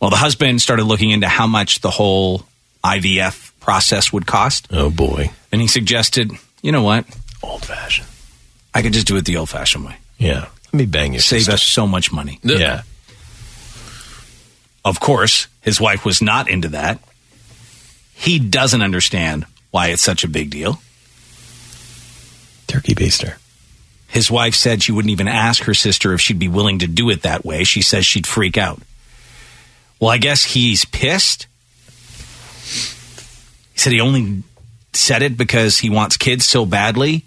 Speaker 2: Well, the husband started looking into how much the whole IVF process would cost.
Speaker 3: Oh, boy.
Speaker 2: And he suggested, you know what? Old fashioned. I could just do it the old fashioned way.
Speaker 3: Yeah. Let me bang you.
Speaker 2: Save us so much money.
Speaker 3: Yeah.
Speaker 2: Of course, his wife was not into that. He doesn't understand why it's such a big deal.
Speaker 3: Turkey baster.
Speaker 2: His wife said she wouldn't even ask her sister if she'd be willing to do it that way. She says she'd freak out. Well, I guess he's pissed. He said he only said it because he wants kids so badly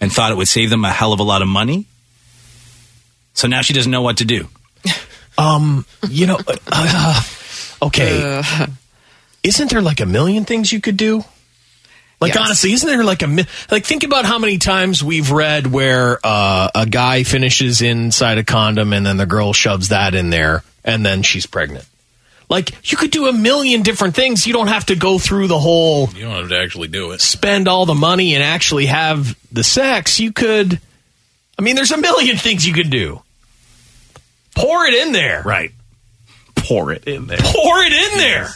Speaker 2: and thought it would save them a hell of a lot of money. So now she doesn't know what to do.
Speaker 3: Um, you know, uh, uh, okay. Isn't there like a million things you could do? Like honestly, isn't there like a mi- like think about how many times we've read where uh, a guy finishes inside a condom and then the girl shoves that in there and then she's pregnant. Like you could do a million different things. You don't have to go through the whole
Speaker 13: You don't have to actually do it.
Speaker 3: spend all the money and actually have the sex, you could. I mean, there's a million things you could do. Pour it in there.
Speaker 2: Right. Pour it in there.
Speaker 3: Pour it in there.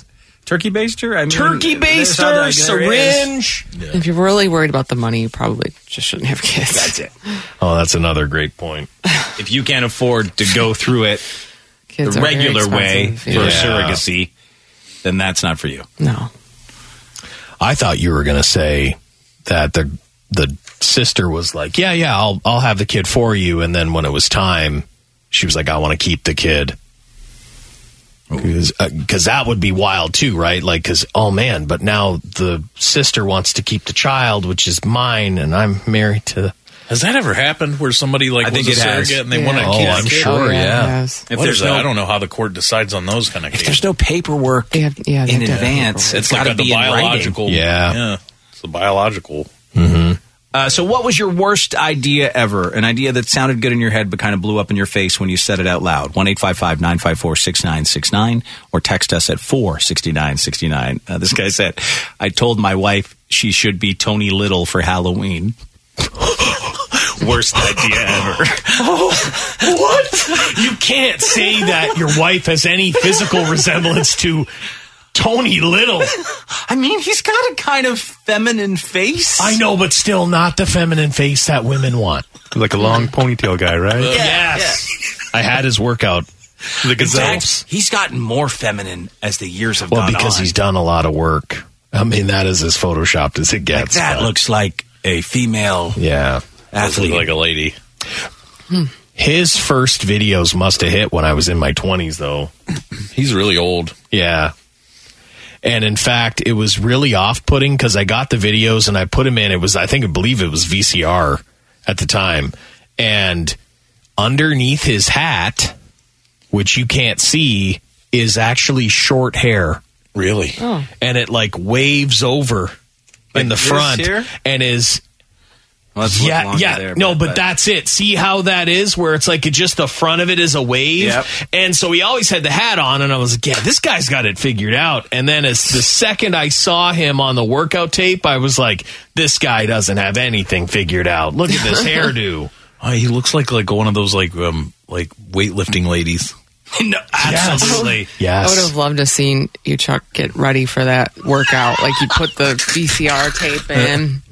Speaker 2: Turkey baster? I mean,
Speaker 3: Turkey
Speaker 2: there's how
Speaker 3: baster,
Speaker 2: that- there
Speaker 3: syringe.
Speaker 4: If you're really worried about the money, you probably just shouldn't have kids.
Speaker 2: That's it.
Speaker 3: Oh, that's another great point.
Speaker 2: if you can't afford to go through it
Speaker 4: Kids
Speaker 2: the
Speaker 4: are very
Speaker 2: regular way for
Speaker 4: expensive, yeah. Yeah.
Speaker 2: surrogacy, then that's not for you.
Speaker 4: No.
Speaker 3: I thought you were going to say that the the sister was like, "Yeah, yeah, I'll I'll have the kid for you." And then when it was time, she was like, "I want to keep the kid." Because that would be wild too, right? Like, because oh man, but now the sister wants to keep the child, which is mine, and I'm married to.
Speaker 13: Has that ever happened where somebody like
Speaker 3: I think
Speaker 13: was a
Speaker 3: it has.
Speaker 13: surrogate and they
Speaker 3: Yeah.
Speaker 13: want to
Speaker 3: Oh,
Speaker 13: keep
Speaker 3: I'm
Speaker 13: the kid?
Speaker 3: sure, Oh, yeah, yeah. it has.
Speaker 13: If
Speaker 3: What
Speaker 13: there's
Speaker 3: is
Speaker 13: no,
Speaker 3: that?
Speaker 13: I don't know how the court decides on those kind of cases.
Speaker 2: There's no paperwork
Speaker 4: yeah,
Speaker 2: in advance. It's
Speaker 13: It's like
Speaker 2: gotta
Speaker 13: a, the
Speaker 2: be in writing.
Speaker 13: biological. yeah, it's the biological.
Speaker 2: Uh, so, what was your worst idea ever? An idea that sounded good in your head but kind of blew up in your face when you said it out loud. 1 954 6969 or text us at 46969. Uh, this guy said, I told my wife she should be Tony Little for Halloween. worst idea ever.
Speaker 3: what? You can't say that your wife has any physical resemblance to Tony Little.
Speaker 2: I mean, he's got a kind of feminine face.
Speaker 3: I know, but still not the feminine face that women want.
Speaker 7: Like a long ponytail guy, right?
Speaker 3: yes. I had his workout.
Speaker 7: The
Speaker 2: In
Speaker 7: gazelle.
Speaker 2: fact, he's gotten more feminine as the years have
Speaker 3: Well,
Speaker 2: gone
Speaker 3: because
Speaker 2: on.
Speaker 3: he's done a lot of work. I mean, that is as photoshopped as it
Speaker 2: like
Speaker 3: gets.
Speaker 2: that
Speaker 3: but-
Speaker 2: looks like a female
Speaker 3: yeah.
Speaker 2: athlete.
Speaker 13: Like a lady.
Speaker 3: His first videos must have hit when I was in my 20s, though.
Speaker 13: He's really old.
Speaker 3: Yeah. And in fact, it was really off putting because I got the videos and I put them in. It was, I think, I believe it was VCR at the time. And underneath his hat, which you can't see, is actually short hair.
Speaker 13: Really?
Speaker 3: Oh. And it like waves over in the
Speaker 13: this
Speaker 3: front
Speaker 13: here?
Speaker 3: and is.
Speaker 2: that's what
Speaker 3: yeah,
Speaker 2: belonged
Speaker 3: yeah.
Speaker 2: there,
Speaker 3: no,
Speaker 2: but-
Speaker 3: but,
Speaker 2: but-
Speaker 3: that's it. See how that is, where it's like it just the front of it is a wave.
Speaker 2: Yep.
Speaker 3: And so he always had the hat on, and I was like, yeah, this guy's got it figured out. And then as the second I saw him on the workout tape, I was like, this guy doesn't have anything figured out. Look at this hairdo.
Speaker 13: Oh, he looks like like one of those like um like weightlifting ladies.
Speaker 2: no,
Speaker 13: absolutely.
Speaker 4: I would have loved to seen you, Chuck, get ready for that workout. like you put the VCR
Speaker 2: Uh,
Speaker 4: tape in.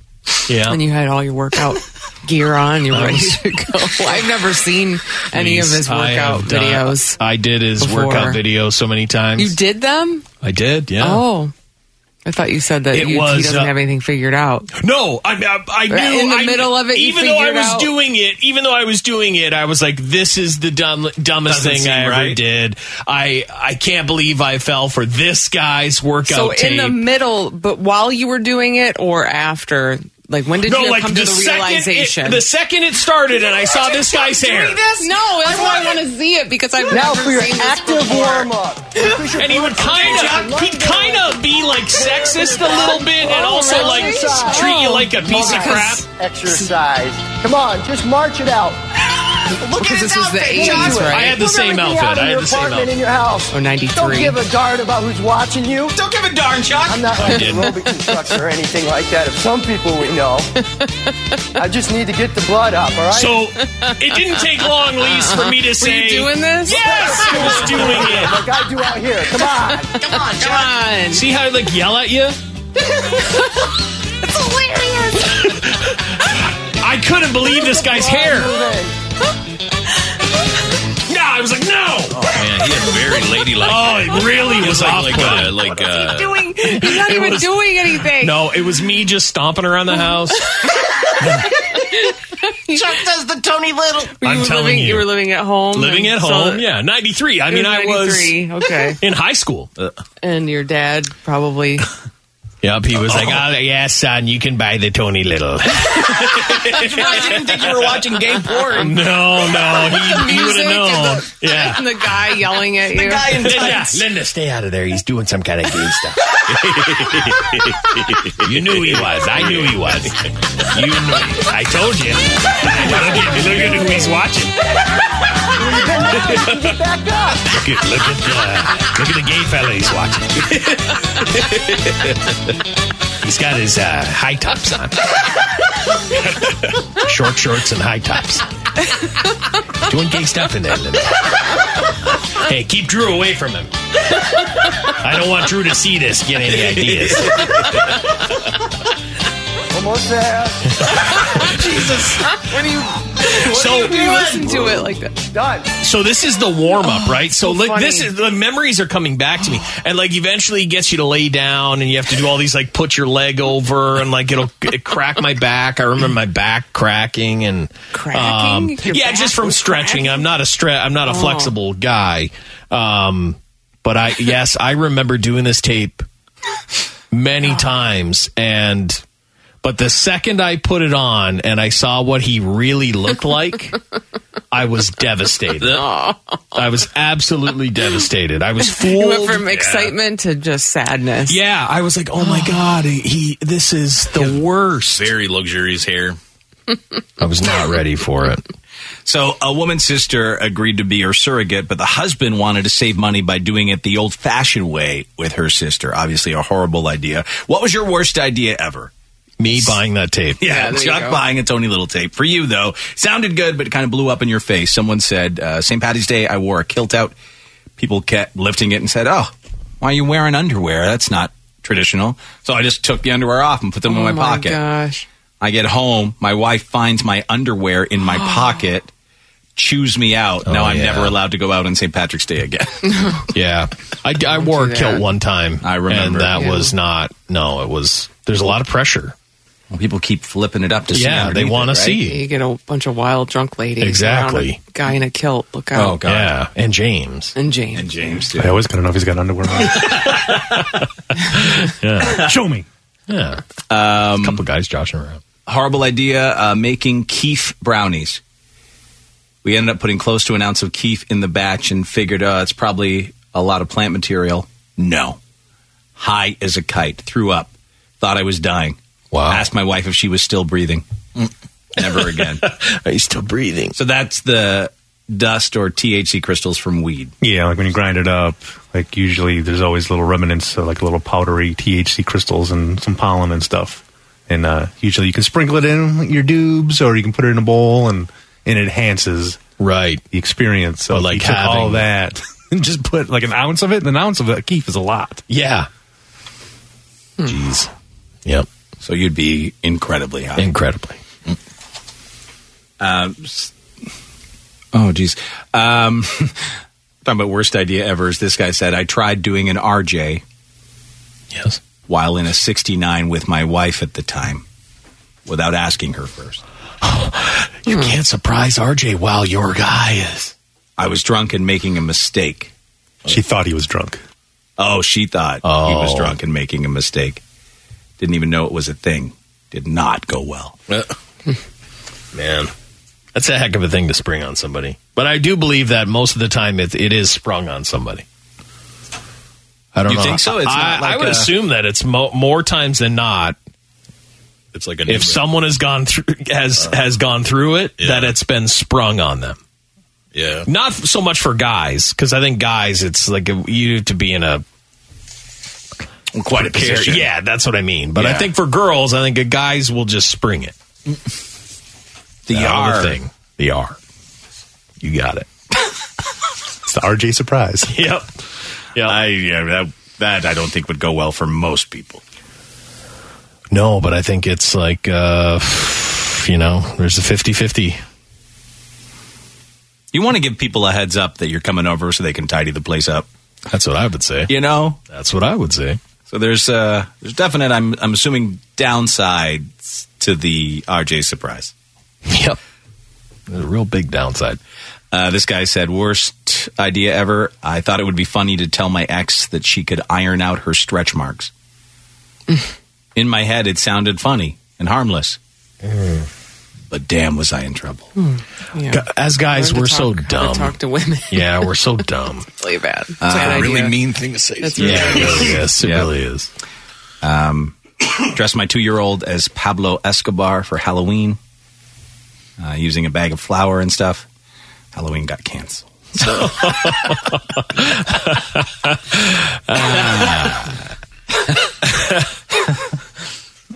Speaker 3: Yeah.
Speaker 4: And you had all your workout gear on. You're
Speaker 3: I
Speaker 4: ready
Speaker 3: was-
Speaker 4: to go. I've never seen any of his
Speaker 3: Please, I have
Speaker 4: workout
Speaker 3: not-
Speaker 4: videos.
Speaker 3: I did his
Speaker 4: before.
Speaker 3: workout video so many times.
Speaker 4: You did them?
Speaker 3: I did, yeah.
Speaker 4: Oh. I thought you said that
Speaker 3: It
Speaker 4: you, he
Speaker 3: was,
Speaker 4: doesn't
Speaker 3: uh,
Speaker 4: have anything figured out.
Speaker 3: No, I, I, I knew
Speaker 4: In the
Speaker 3: I-
Speaker 4: middle of it, you
Speaker 3: even though I
Speaker 4: figured
Speaker 3: was
Speaker 4: out-
Speaker 3: doing it, even though I was doing it, I was like, "This is the dumb, dumbest
Speaker 13: Doesn't
Speaker 3: thing
Speaker 13: seem
Speaker 3: I ever
Speaker 13: right.
Speaker 3: did." I I can't believe I fell for this guy's workout
Speaker 4: So
Speaker 3: tape.
Speaker 4: in the middle, but while you were doing it or after? Like when did
Speaker 3: no,
Speaker 4: you
Speaker 3: like
Speaker 4: come
Speaker 3: the
Speaker 4: to the
Speaker 3: second
Speaker 4: realization?
Speaker 3: It, the second it started, and I saw this guy's hair.
Speaker 4: No, that's why I want to see it because I've
Speaker 3: Now
Speaker 4: never
Speaker 3: for your
Speaker 4: seen this
Speaker 3: active
Speaker 4: before.
Speaker 3: warm-up. And he would kind of, he'd kind of be like sexist a little bit, and also like treat you like a piece of crap.
Speaker 9: Exercise. Come on, just march it out. Look
Speaker 4: at this was the 80s, right?
Speaker 3: I had the same outfit. I had the same outfit.
Speaker 9: in your house.
Speaker 4: Oh, 93.
Speaker 9: Don't give a darn about who's watching you. Don't give a darn, Chuck. I'm not
Speaker 3: I
Speaker 9: like an
Speaker 3: didn't.
Speaker 9: aerobic instructor or anything like that. If some people we know, I just need to get the blood up. All right.
Speaker 3: So it didn't take long, Lise, for me to
Speaker 9: Were you
Speaker 3: say,
Speaker 9: doing this?
Speaker 3: Yes, I was doing it.
Speaker 9: Like I do out here. Come on. Come on,
Speaker 4: John.
Speaker 3: See how I like yell at you?
Speaker 9: it's hilarious.
Speaker 3: I couldn't believe this guy's hair. No, I was like, no.
Speaker 13: Man, he had very ladylike.
Speaker 3: Oh, it really
Speaker 13: He
Speaker 3: was
Speaker 13: like like
Speaker 3: off-putting.
Speaker 13: uh, like uh,
Speaker 4: doing. He's not
Speaker 3: It
Speaker 4: even
Speaker 3: was-
Speaker 4: doing anything.
Speaker 3: No, it was me just stomping around the house.
Speaker 4: Chuck does the Tony Little. You
Speaker 3: I'm
Speaker 4: were
Speaker 3: telling
Speaker 4: living,
Speaker 3: you.
Speaker 4: were living at home.
Speaker 3: Living
Speaker 4: and
Speaker 3: at
Speaker 4: so-
Speaker 3: home, yeah, ninety three. I
Speaker 4: It
Speaker 3: mean,
Speaker 4: was
Speaker 3: I was
Speaker 4: 93, okay.
Speaker 3: Uh, in high school.
Speaker 4: And your dad probably
Speaker 3: Yep, he was like, oh, yeah, son, you can buy the Tony Little.
Speaker 2: I didn't think you were watching gay porn.
Speaker 3: No, no, he, he would have known. yeah.
Speaker 4: And the guy yelling at you.
Speaker 3: Linda, Linda, stay out of there. He's doing some kind of gay stuff. you knew he was. I knew he was. You knew. I told you. Look at, look at who he's watching. Look at, look at, uh, look at the gay fella he's watching. he's got his uh, high tops on. Short shorts and high tops. Doing gay stuff in there, Linda. Hey, keep Drew away from him. I don't want Drew to see this, get any ideas.
Speaker 11: Almost there.
Speaker 4: Jesus. What do you what
Speaker 3: So- Um,
Speaker 4: do you, do you listen to it like that?
Speaker 11: Done.
Speaker 3: So this is the warm up, right? So like
Speaker 4: funny.
Speaker 3: this is the memories are coming back to me, and like eventually it gets you to lay down, and you have to do all these like put your leg over, and like it'll it crack my back. I remember my back cracking and cracking.
Speaker 4: Your
Speaker 3: yeah,
Speaker 4: back
Speaker 3: just from
Speaker 4: was
Speaker 3: stretching. I'm not a stre- I'm not a
Speaker 4: Oh.
Speaker 3: flexible guy, um, but I yes I remember doing this tape many times and. But the second I put it on and I saw what he really looked like, I was devastated. I was absolutely devastated. I was fooled.
Speaker 4: You went from
Speaker 3: Yeah.
Speaker 4: excitement to just sadness.
Speaker 3: Yeah, I was like, oh my god, he. This is the worst.
Speaker 13: Very luxurious hair.
Speaker 3: I was not ready for it.
Speaker 2: So, a woman's sister agreed to be her surrogate, but the husband wanted to save money by doing it the old fashioned way with her sister. Obviously, a horrible idea. What was your worst idea ever?
Speaker 3: Me buying that tape.
Speaker 2: Yeah,
Speaker 3: Yeah, there you
Speaker 2: Chuck
Speaker 3: go.
Speaker 2: buying a Tony Little tape. For you, though, sounded good, but kind of blew up in your face. Someone said, uh, St. Patty's Day, I wore a kilt out. People kept lifting it and said, Oh, why are you wearing underwear? That's not traditional. So I just took the underwear off and put them
Speaker 4: Oh
Speaker 2: in my
Speaker 4: my
Speaker 2: pocket.
Speaker 4: gosh.
Speaker 2: I get home. My wife finds my underwear in my pocket, chews me out. now I'm
Speaker 3: Oh, yeah.
Speaker 2: never allowed to go out on St. Patrick's Day again.
Speaker 3: Yeah, I, I wore
Speaker 2: do
Speaker 3: a kilt
Speaker 2: that.
Speaker 3: one time. I
Speaker 2: remember.
Speaker 3: and that
Speaker 2: Yeah.
Speaker 3: was not. No, it was. There's a lot of pressure.
Speaker 2: Well, people keep flipping it up to see
Speaker 3: yeah, they
Speaker 2: underneath
Speaker 3: want
Speaker 2: it,
Speaker 3: to
Speaker 2: right?
Speaker 3: see.
Speaker 4: You get a bunch of wild drunk ladies.
Speaker 3: Exactly.
Speaker 4: around a guy in a kilt. Look out.
Speaker 3: Oh, God. Yeah, and James.
Speaker 4: And James. And
Speaker 2: James,
Speaker 7: I always got to know if he's got underwear on.
Speaker 3: Yeah.
Speaker 7: Show me.
Speaker 3: Yeah.
Speaker 2: Um, a
Speaker 3: couple guys joshing around.
Speaker 2: Horrible idea uh, making keef brownies. We ended up putting close to an ounce of keef in the batch and figured, uh, it's probably a lot of plant material. No. High as a kite. Threw up. Thought I was dying. Wow. Asked my wife if she was still breathing. Never again.
Speaker 3: Are you still breathing?
Speaker 2: So that's the dust or THC crystals from weed.
Speaker 7: Yeah, like when you grind it up, like usually there's always little remnants, of like little powdery THC crystals and some pollen and stuff. And uh, usually you can sprinkle it in your dubs, or you can put it in a bowl, and it enhances
Speaker 3: right
Speaker 7: the experience. So
Speaker 3: But,
Speaker 7: like
Speaker 3: like,
Speaker 7: you took all
Speaker 3: having-
Speaker 7: that and just put like an ounce of it. An ounce of a keef is a lot.
Speaker 3: Yeah.
Speaker 2: Hmm.
Speaker 3: Jeez. Yep.
Speaker 2: So you'd be incredibly high.
Speaker 3: Incredibly.
Speaker 2: Um, s- oh, geez. Um, talking about worst idea ever is this guy said, I tried doing an RJ.
Speaker 3: Yes.
Speaker 2: While in a 69 with my wife at the time without asking her first.
Speaker 3: You
Speaker 2: Hmm.
Speaker 3: can't surprise RJ while your guy is.
Speaker 2: I was drunk and making a mistake.
Speaker 7: She thought he was drunk.
Speaker 2: Oh, she thought he
Speaker 3: Oh.
Speaker 2: was drunk and making a mistake. Didn't even know it was a thing. Did not go well.
Speaker 3: Man, that's a heck of a thing to spring on somebody. But I do believe that most of the time it, it is sprung on somebody. I don't
Speaker 13: You
Speaker 3: know.
Speaker 13: think so? It's
Speaker 3: Uh, I,
Speaker 13: not like
Speaker 3: I would
Speaker 13: a-
Speaker 3: assume that it's mo- more times than not.
Speaker 13: It's like a Uh.
Speaker 3: If someone has gone through has has gone through it, that it's been sprung on them.
Speaker 13: Yeah.
Speaker 3: Not so much for guys, because I think guys, it's like a, you have to be in a
Speaker 13: quite a
Speaker 3: precarious-
Speaker 13: position.
Speaker 3: Yeah, that's what I mean. But I
Speaker 13: Yeah.
Speaker 3: think for girls, I think the guys will just spring it.
Speaker 2: The
Speaker 3: That
Speaker 2: R.
Speaker 3: whole thing. The R. You got it.
Speaker 7: It's the RJ surprise.
Speaker 3: Yep. Yeah.
Speaker 2: I yeah, that that I don't think would go well for most people.
Speaker 3: No, but I think it's like, uh, you know, there's a 50 50.
Speaker 2: You want to give people a heads up that you're coming over so they can tidy the place up.
Speaker 3: That's what I would say.
Speaker 2: You know?
Speaker 3: That's what I would say.
Speaker 2: So there's uh there's definite I'm I'm assuming downsides to the RJ surprise.
Speaker 3: Yep. There's a real big downside.
Speaker 2: Uh, this guy said, worst idea ever. I thought it would be funny to tell my ex that she could iron out her stretch marks. In my head, it sounded funny and harmless. But damn, was I in trouble.
Speaker 4: Hmm. Yeah.
Speaker 3: Gu- As guys,
Speaker 4: Learn to
Speaker 3: we're so
Speaker 4: talk- how
Speaker 3: dumb.
Speaker 4: to talk to women.
Speaker 3: yeah, we're so dumb.
Speaker 4: really bad.
Speaker 3: Uh,
Speaker 4: Bad
Speaker 3: a really
Speaker 4: idea.
Speaker 3: mean thing to say.
Speaker 4: That's
Speaker 3: Yeah,
Speaker 4: really
Speaker 3: it really
Speaker 4: mean.
Speaker 3: is. It really
Speaker 2: is. Um, dressed my two year old as Pablo Escobar for Halloween uh, using a bag of flour and stuff. Halloween got canceled. So.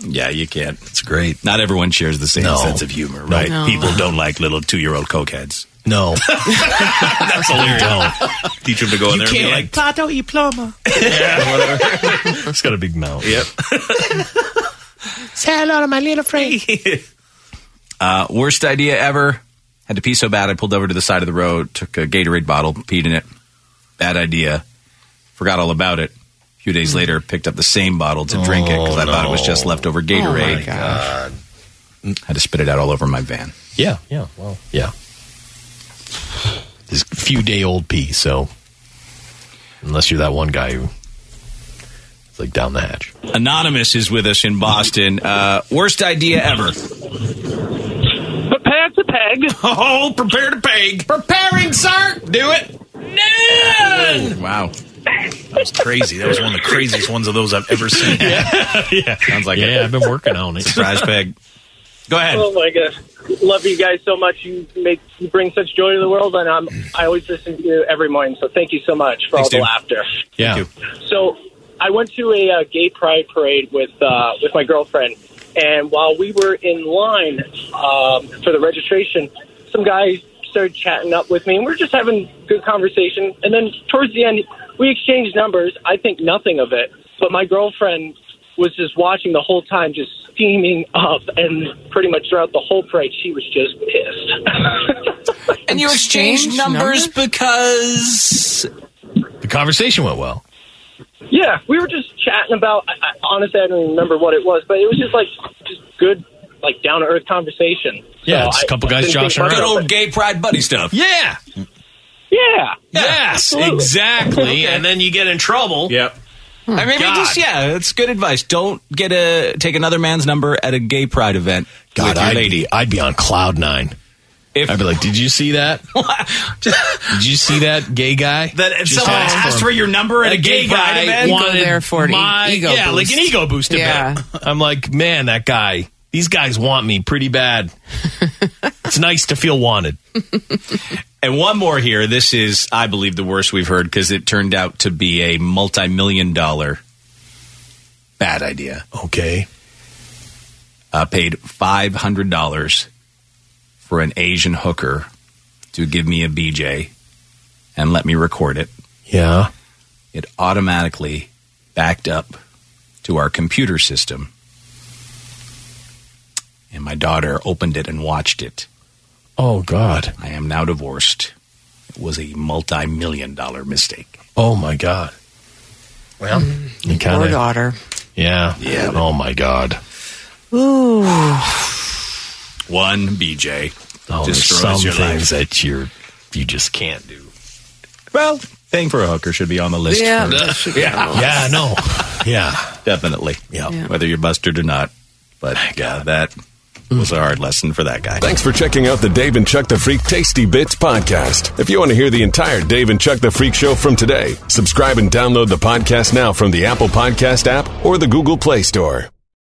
Speaker 2: yeah, you can't. It's great. Not everyone shares the same
Speaker 12: No.
Speaker 2: sense of humor, right?
Speaker 12: No.
Speaker 2: People don't like little two year old cokeheads.
Speaker 3: No.
Speaker 2: That's hilarious. Teach them to go in there and be like,
Speaker 8: Plato y plomo.
Speaker 3: it's got a big mouth.
Speaker 2: Yep.
Speaker 8: Say hello to my little friend.
Speaker 2: Uh, worst idea ever. Had to pee so bad I pulled over to the side of the road, took a Gatorade bottle, peed in it. Bad idea. Forgot all about it. A few days later, picked up the same bottle to drink it because I thought it was just leftover Gatorade. God. Had to spit it out all over my van.
Speaker 3: Yeah, yeah, well, yeah. This few day old pee, so unless you're that one guy who it's like down the hatch.
Speaker 2: Anonymous is with us in Boston. Uh, worst idea ever.
Speaker 8: Prepare to peg. Oh, prepare to peg. Preparing, sir. Do it. Done.
Speaker 2: Wow.
Speaker 13: That was crazy. That was one of the craziest ones of those I've ever seen. yeah.
Speaker 3: Sounds like Yeah, I've been working on it.
Speaker 2: Surprise peg. Go ahead.
Speaker 20: Oh my god, love you guys so much. You make you bring such joy to the world, and I'm I always listen to you every morning. So thank you so much for all the laughter.
Speaker 3: Yeah.
Speaker 20: So I went to a uh, gay pride parade with uh, with my girlfriend, and while we were in line um, for the registration, some guy started chatting up with me, and we were just having good conversation. And then towards the end, we exchanged numbers. I think nothing of it, but my girlfriend was just watching the whole time, just steaming up, and pretty much throughout the whole parade, she was just pissed.
Speaker 12: And you exchanged numbers because
Speaker 3: The conversation went well.
Speaker 20: Yeah, we were just chatting about. I, I, honestly, I don't even remember what it was, but it was just like just good, like down to earth conversation.
Speaker 3: Yeah,
Speaker 20: So
Speaker 3: it's a
Speaker 20: I-
Speaker 3: couple
Speaker 20: I
Speaker 3: guys
Speaker 20: didn't think
Speaker 3: joshing
Speaker 20: much
Speaker 3: around.
Speaker 20: of
Speaker 2: Good
Speaker 20: it.
Speaker 2: old gay pride buddy stuff.
Speaker 3: Yeah.
Speaker 20: Yeah.
Speaker 3: Yes, exactly. And then you get in trouble.
Speaker 2: Yep. I mean,
Speaker 3: God.
Speaker 2: just yeah, it's good advice. Don't get a take another man's number at a gay pride event.
Speaker 3: God,
Speaker 2: with your
Speaker 3: I'd
Speaker 2: lady.
Speaker 3: be I'd be on cloud nine. I'd be like, did you see that? did you see that gay guy?
Speaker 2: That if
Speaker 3: Just
Speaker 2: someone asked
Speaker 3: him.
Speaker 2: for your number at
Speaker 3: That
Speaker 2: a gay
Speaker 3: guy
Speaker 2: pride event,
Speaker 3: wanted
Speaker 2: go there for an e-,
Speaker 3: my,
Speaker 2: ego
Speaker 3: yeah,
Speaker 2: boost.
Speaker 3: like an ego boost.
Speaker 2: Yeah.
Speaker 3: Yeah, I'm like, man, that guy. These guys want me pretty bad. it's nice to feel wanted.
Speaker 2: And one more here. This is, I believe, the worst we've heard because it turned out to be a multi-million dollar bad idea.
Speaker 3: Okay.
Speaker 2: Uh, paid five hundred dollars for an Asian hooker to give me a BJ and let me record it.
Speaker 3: Yeah.
Speaker 2: It automatically backed up to our computer system, and my daughter opened it and watched it.
Speaker 3: Oh God.
Speaker 2: I am now divorced. It was a multi-million dollar mistake.
Speaker 3: Oh my God. Well,
Speaker 2: Mm.
Speaker 3: you kind
Speaker 2: Poor
Speaker 3: of
Speaker 4: daughter.
Speaker 3: Yeah. Yeah. Oh my God.
Speaker 4: Ooh.
Speaker 2: One BJ
Speaker 3: Oh, there's
Speaker 2: destroys
Speaker 3: some
Speaker 2: your
Speaker 3: things
Speaker 2: life.
Speaker 3: that you're you just can't do.
Speaker 2: Well, paying for a hooker should be on the list.
Speaker 3: Yeah.
Speaker 2: for-
Speaker 3: That should be on the list. Yeah, no. Yeah,
Speaker 2: definitely.
Speaker 3: Yeah.
Speaker 2: whether you're busted or not. But yeah, that was a hard lesson for that guy.
Speaker 1: Thanks for checking out the Dave and Chuck the Freak Tasty Bits podcast. If you want to hear the entire Dave and Chuck the Freak show from today, subscribe and download the podcast now from the Apple Podcast app or the Google Play Store.